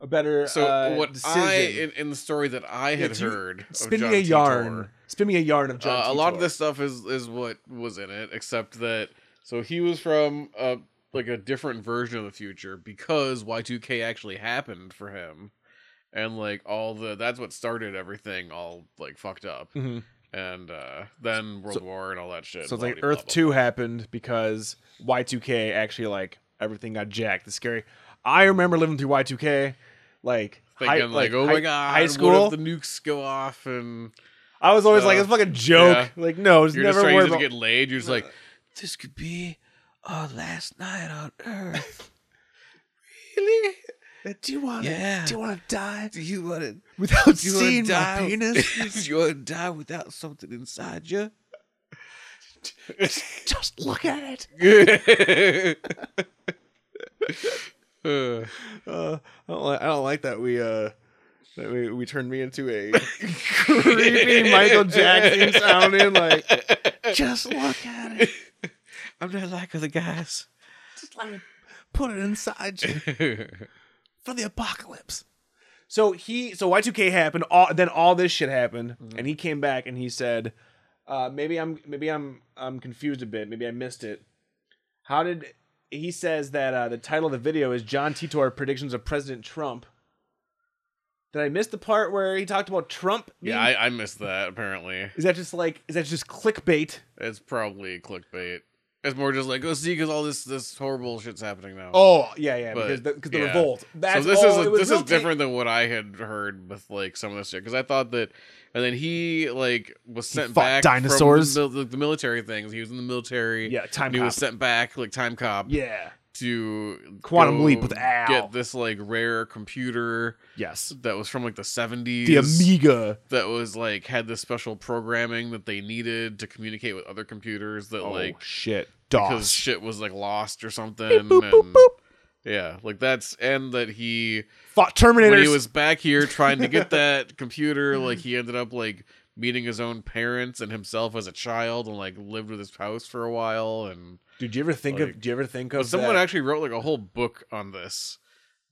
S5: a better.
S6: So
S5: uh,
S6: what
S5: decision.
S6: I in, in the story that I had
S5: do you-
S6: heard, of
S5: spin
S6: John
S5: me a yarn.
S6: Titor,
S5: Spin me a yarn of John.
S6: uh, a lot of
S5: Titor.
S6: this stuff is is what was in it, except that so he was from a like a different version of the future because Y two K actually happened for him, and like all the that's what started everything all like fucked up,
S5: Mhm.
S6: and uh then World War and all that shit.
S5: So it's
S6: blah,
S5: like
S6: blah,
S5: Earth
S6: blah,
S5: Two happened because Y two K actually like everything got jacked. It's scary. I remember living through Y two K, like
S6: blah. Mm. Thinking
S5: high-
S6: like, oh
S5: high-
S6: my god,
S5: high
S6: what if
S5: school.
S6: the nukes go off and
S5: I was always like,
S6: uh,
S5: it's a fucking joke.
S6: yeah.
S5: Like no, it's
S6: you're
S5: never
S6: just trying
S5: worth.
S6: to
S5: about-
S6: get laid. You're just like,
S3: This could be our last night on Earth.
S5: Really? Do you want?
S3: Yeah.
S5: Do you want to die
S3: Do you want to
S5: without
S3: you wanna
S5: seeing my
S3: die?
S5: penis?
S3: you want to die without something inside you?
S5: Just look at it.
S6: Uh,
S5: Uh, I don't like. I don't like that we uh that we, we turned me into a creepy Michael Jackson sounding like. Just look at it.
S6: I'm not like other guys.
S5: Put it inside you for the apocalypse. So he so Y two K happened. All then all this shit happened,
S6: Mm-hmm.
S5: and he came back and he said, uh, "Maybe I'm maybe I'm I'm confused a bit. Maybe I missed it. How did he says that uh, the title of the video is John Titor predictions of President Trump? Did I miss the part where he talked about Trump? being-
S6: yeah, I, I missed that. Apparently,
S5: is that just like is that just clickbait?
S6: it's probably clickbait. It's more just like, oh, see, because all this this horrible shit's happening now.
S5: Oh yeah yeah
S6: But,
S5: because the, because the
S6: yeah.
S5: revolt. That's
S6: so this
S5: all, it
S6: is
S5: was
S6: this
S5: real
S6: is
S5: click-
S6: different than what I had heard with like some of this shit because I thought that, and then he like was sent
S5: fought
S6: back
S5: dinosaurs.
S6: from the, the, the military things. He was in the military.
S5: Yeah, time
S6: and He was
S5: cop.
S6: sent back like time cop.
S5: Yeah.
S6: to
S5: Quantum
S6: go
S5: Leap with Al.
S6: Get this like rare computer
S5: Yes.
S6: that was from like the seventies.
S5: The Amiga.
S6: that was like had this special programming that they needed to communicate with other computers that like
S5: oh shit.
S6: because
S5: DOS.
S6: shit was like lost or something. and- Yeah, like that's and that he
S5: Fought
S6: when
S5: Terminators.
S6: he was back here trying to get that computer, like he ended up like meeting his own parents and himself as a child and like lived with his house for a while and
S5: Dude, do you ever think
S6: Like-
S5: of? Do you ever think of?
S6: someone
S5: that-
S6: actually wrote like a whole book on this.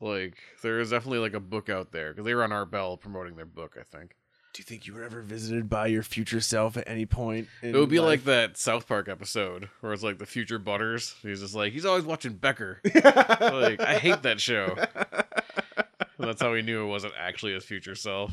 S6: Like there is definitely like a book out there because they were on Art Bell promoting their book. I think
S5: do you think you were ever visited by your future self at any point? in
S6: it would be like
S5: life?
S6: that South Park episode where it's like the future Butters. He's just like he's always watching Becker. like I hate that show. And that's how he knew it wasn't actually his future self.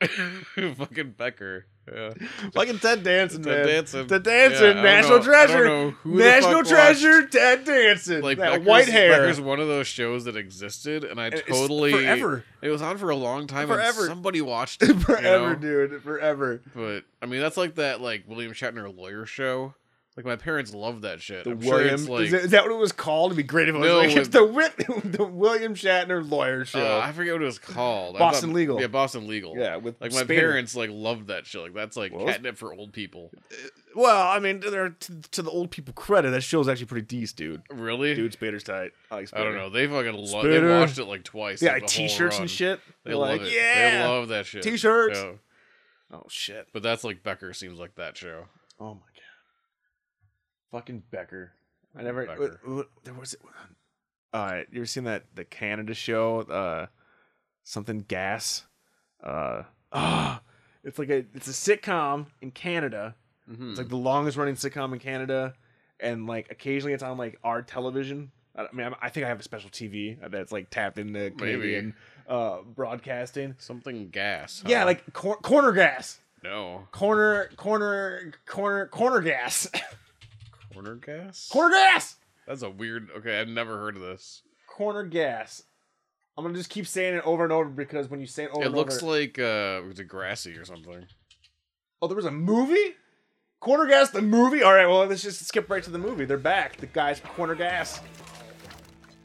S6: Becker, fucking Becker. Yeah.
S5: fucking Ted Danson,
S6: Ted
S5: man.
S6: Danson.
S5: Ted Danson,
S6: Yeah, I don't
S5: National
S6: know- I don't know
S5: Treasure,
S6: who the
S5: National
S6: fuck
S5: Treasure, Ted Danson,
S6: Like
S5: like that
S6: Becker's-
S5: white hair.
S6: Becker's one of those shows that existed, and I
S5: it's
S6: totally
S5: forever.
S6: It was on for a long time.
S5: Forever.
S6: and somebody watched it you
S5: forever,
S6: know?
S5: dude, forever.
S6: But I mean, that's like that like William Shatner lawyer show. Like my parents loved that shit.
S5: The
S6: I'm
S5: William
S6: sure it's
S5: is,
S6: like
S5: that, is that what it was called? It'd be great if it was
S6: No,
S5: like,
S6: it-
S5: it's the, Whit- the William Shatner lawyer show.
S6: Uh, I forget what it was called. I
S5: Boston Legal.
S6: Yeah, Boston Legal.
S5: Yeah, with
S6: like my
S5: Spader.
S6: parents like loved that shit. Like that's like
S5: Well, it's-
S6: catnip for old people.
S5: well, I mean, they're- to, to the old people credit, that show's actually pretty decent, dude.
S6: Really?
S5: Dude, Spader's tight. I, like
S6: I don't
S5: Spader.
S6: know. They fucking lo- they
S5: Spader.
S6: watched it like twice.
S5: Yeah,
S6: like,
S5: like
S6: the whole
S5: t-shirts
S6: run.
S5: and shit.
S6: They
S5: They're
S6: love
S5: like,
S6: it.
S5: Yeah.
S6: They love that shit.
S5: T-shirts.
S6: Yeah.
S5: Oh shit.
S6: But that's like Becker seems like that show.
S5: Oh my god. Fucking Becker. I never.
S6: Becker.
S5: what- what- there was. All right, you ever seen that the Canada show? Uh, something gas. Uh, ah, it's like a it's a sitcom in Canada. It's like the longest running sitcom in Canada, and like occasionally it's on like our television. I I mean, I'm- I think I have a special TV that's like tapped into Canadian uh, broadcasting.
S6: Something gas. huh?
S5: Yeah, like cor- corner gas,
S6: no
S5: corner, corner, corner, corner gas,
S6: corner gas.
S5: corner gas.
S6: That's a weird. Okay, I've never heard of this.
S5: corner gas. I'm gonna just keep saying it over and over because when you say it over,
S6: It
S5: and
S6: looks
S5: over,
S6: like uh Degrassi or something.
S5: oh, there was a movie. Corner gas, the movie. All right, well, let's just skip right to the movie. They're back. The guys, from corner gas.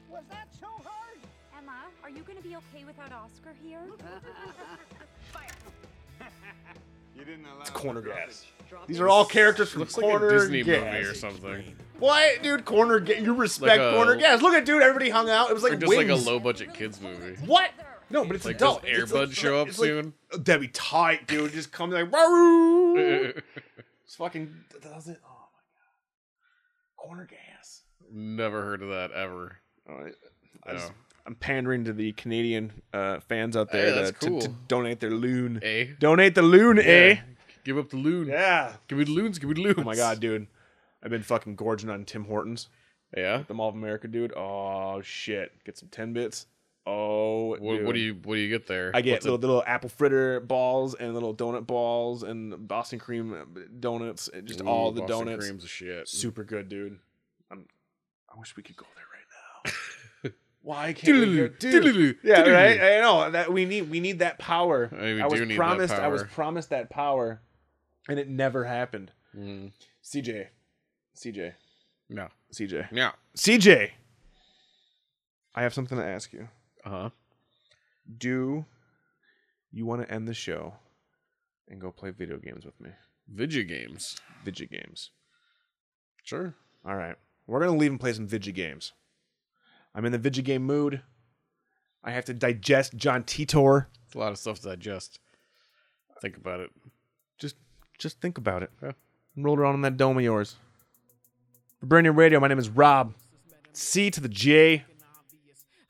S8: Was that so hard? Emma, are you gonna be okay without Oscar here?
S5: It's corner gas. These are all characters from
S6: Looks
S5: corner
S6: like a Disney
S5: gas.
S6: movie or something.
S5: What, dude? Corner gas. You respect
S6: Like a-
S5: corner gas. Look at dude. Everybody hung out. It was like
S6: Or just
S5: wings.
S6: like a low budget kids movie.
S5: What? No, but it's
S6: Like, does
S5: adult. It's
S6: Airbud show up
S5: it's like-
S6: soon?
S5: That'd be tight, dude. Just come like, "Wahoo." it's fucking. That does it. Oh my god. Corner gas.
S6: Never heard of that ever.
S5: I just,
S6: No.
S5: I'm pandering to the Canadian uh, fans out there
S6: Hey, that's
S5: to, to- to
S6: cool.
S5: donate their loon.
S6: Eh?
S5: Donate the loon, eh?
S6: Give up the loon.
S5: Yeah.
S6: Give me the loons. Give me the loons.
S5: Oh my god, dude. I've been fucking gorging on Tim Hortons,
S6: Yeah.
S5: the Mall of America, dude. Oh shit. Get some ten bits. Oh,
S6: What,
S5: dude.
S6: what do you What do you get there?
S5: I get
S6: What's it-
S5: little, little apple fritter balls and little donut balls and Boston cream donuts, and just
S6: Ooh,
S5: all the
S6: Boston
S5: donuts.
S6: Cream's the shit.
S5: Super good, dude. I'm, I wish we could go there right now. Why can't we go, dude?
S6: Doodaloo,
S5: Yeah,
S6: doodaloo.
S5: right. I know that we need we need that power.
S6: I mean, we
S5: I was
S6: do need that
S5: promised. I was
S6: power.
S5: promised that power, and it never happened.
S6: Mm.
S5: CJ, CJ,
S6: No.
S5: CJ,
S6: No.
S5: CJ. I have something to ask you.
S6: Uh huh.
S5: Do you want to end the show and go play video games with me?
S6: Video games.
S5: Vidya games.
S6: Sure.
S5: All right. We're going to leave and play some Vidya games. I'm in the Vidya game mood. I have to digest John Titor.
S6: It's a lot of stuff to digest. Think about it.
S5: Just just think about it.
S6: Yeah.
S5: Roll around in that dome of yours. For Brand New Radio, my name is Rob. C to the J.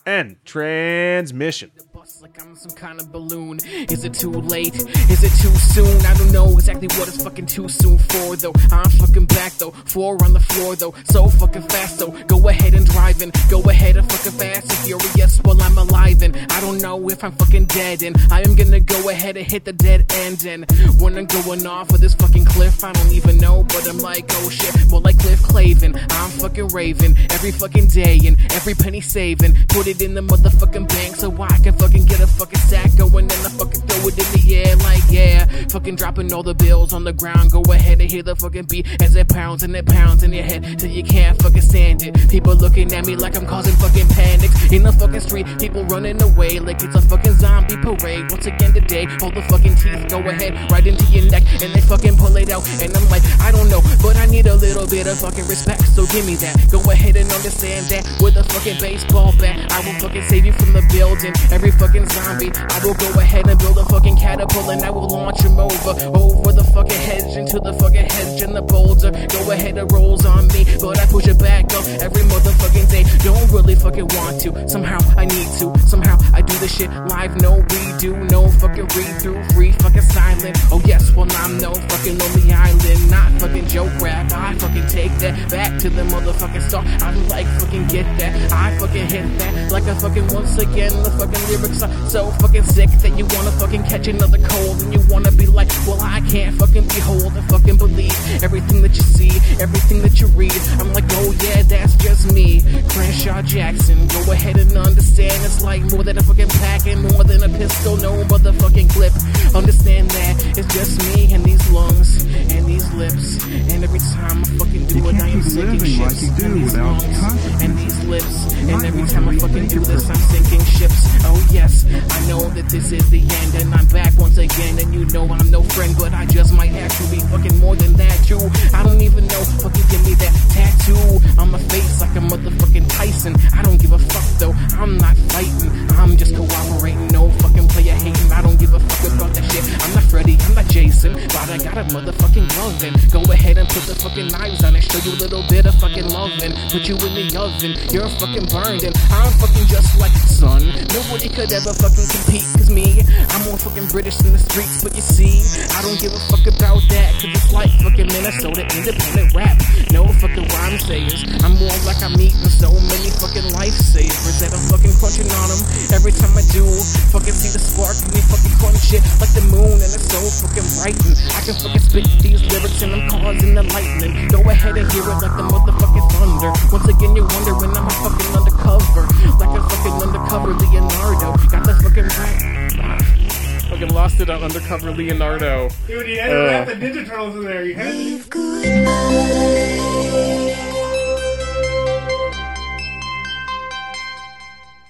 S5: N. Transmission.
S9: Bust like I'm some kind of balloon. Is it too late? Is it too soon? I don't know exactly what it's fucking too soon for though. I'm fucking back though, four on the floor though, so fucking fast though. Go ahead and drive and go ahead and fucking fast and furious while I'm alive and I don't know if I'm fucking dead and I am gonna go ahead and hit the dead end and when I'm going off with this fucking cliff, I don't even know, but I'm like oh shit, more like Cliff Clavin. I'm fucking raving every fucking day and every penny saving. Put it in the motherfucking bank so I can fucking get a fucking stack going and I fucking throw it in the air like yeah. Fucking dropping all the bills on the ground. Go ahead and hear the fucking beat as it pounds and it pounds in your head till you can't fucking stand it. People looking at me like I'm causing fucking panics in the fucking street. People running away like it's a fucking zombie parade. Once again today, hold the fucking teeth. Go ahead right into your neck and they fucking pull it out. And I'm like I don't know, but I need a little bit of fucking respect. So give me that. Go ahead and understand that with a fucking baseball bat, I will fucking save you from the building. Every fucking zombie, I will go ahead and build a fucking catapult and I will launch him over, over the fucking hedge into the fucking hedge and the boulder. Go ahead and rolls on me, but I push it back up every motherfucking day. Don't really fucking want to. Somehow I need to. Somehow I do this shit live, no redo, no fucking read through, free fucking silent. Oh yes, well I'm no fucking lonely island, not fucking joke rap. I fucking take that back to the motherfucking star. I'm like fucking get that. I fucking hit that like a fucking once again. The fucking lyrics are so fucking sick that you wanna fucking catch another cold and you wanna be like, well I can't fucking behold and fucking believe everything that you see, everything that you read. I'm like, oh yeah, that's just me, Crenshaw Jackson. Go ahead and understand it's like more than a fucking pack and more than a pistol, no motherfucking clip. Understand that it's just me and these lungs and these lips. And every time I fucking do it, I am sinking ships. and these lungs and these lips. And every time I fucking do this, I'm sinking ships. Oh yes, I know that this is the end, and I'm back once again. And you know I'm no friend, but I just might actually be fucking more than that too. I don't even know. Fucking give me that tattoo on my face like a motherfucking Tyson. I don't give a fuck though. I'm not fighting. I'm just cooperating. No fucking player hating. I don't give a fuck about that shit. I'm not Freddy. I'm not Jason. But I got a motherfucking glove and go ahead and put the fucking knives on it. Show you a little bit of fucking love and put you in the oven. You're fucking burned and I'm fucking just like the sun. Nobody could ever fucking compete. Cause me, I'm more fucking British than the streets. But you see, I don't give a fuck about that. Cause it's like fucking Minnesota independent rap. No fucking rhyme sayers. I'm more like I'm eating so many fucking lifesavers that I'm fucking crunching on them. Every time I do, fucking see the spark and they fucking crunch it like the moon and it's so fucking bright. And I can fucking spit these lyrics and I'm causing the lightning. Go ahead and hear it like the motherfucking thunder. Once again, you wonder when I'm a fucking undercover. Like a fucking undercover Leonardo. Got the fucking right. Fucking lost it on undercover Leonardo.
S10: Dude, you had to wrap the Ninja Turtles in there. You had to.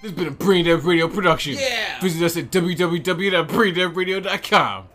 S6: This has been a Brain Dead Radio production. Yeah. Visit us at www.braindeadradio.com.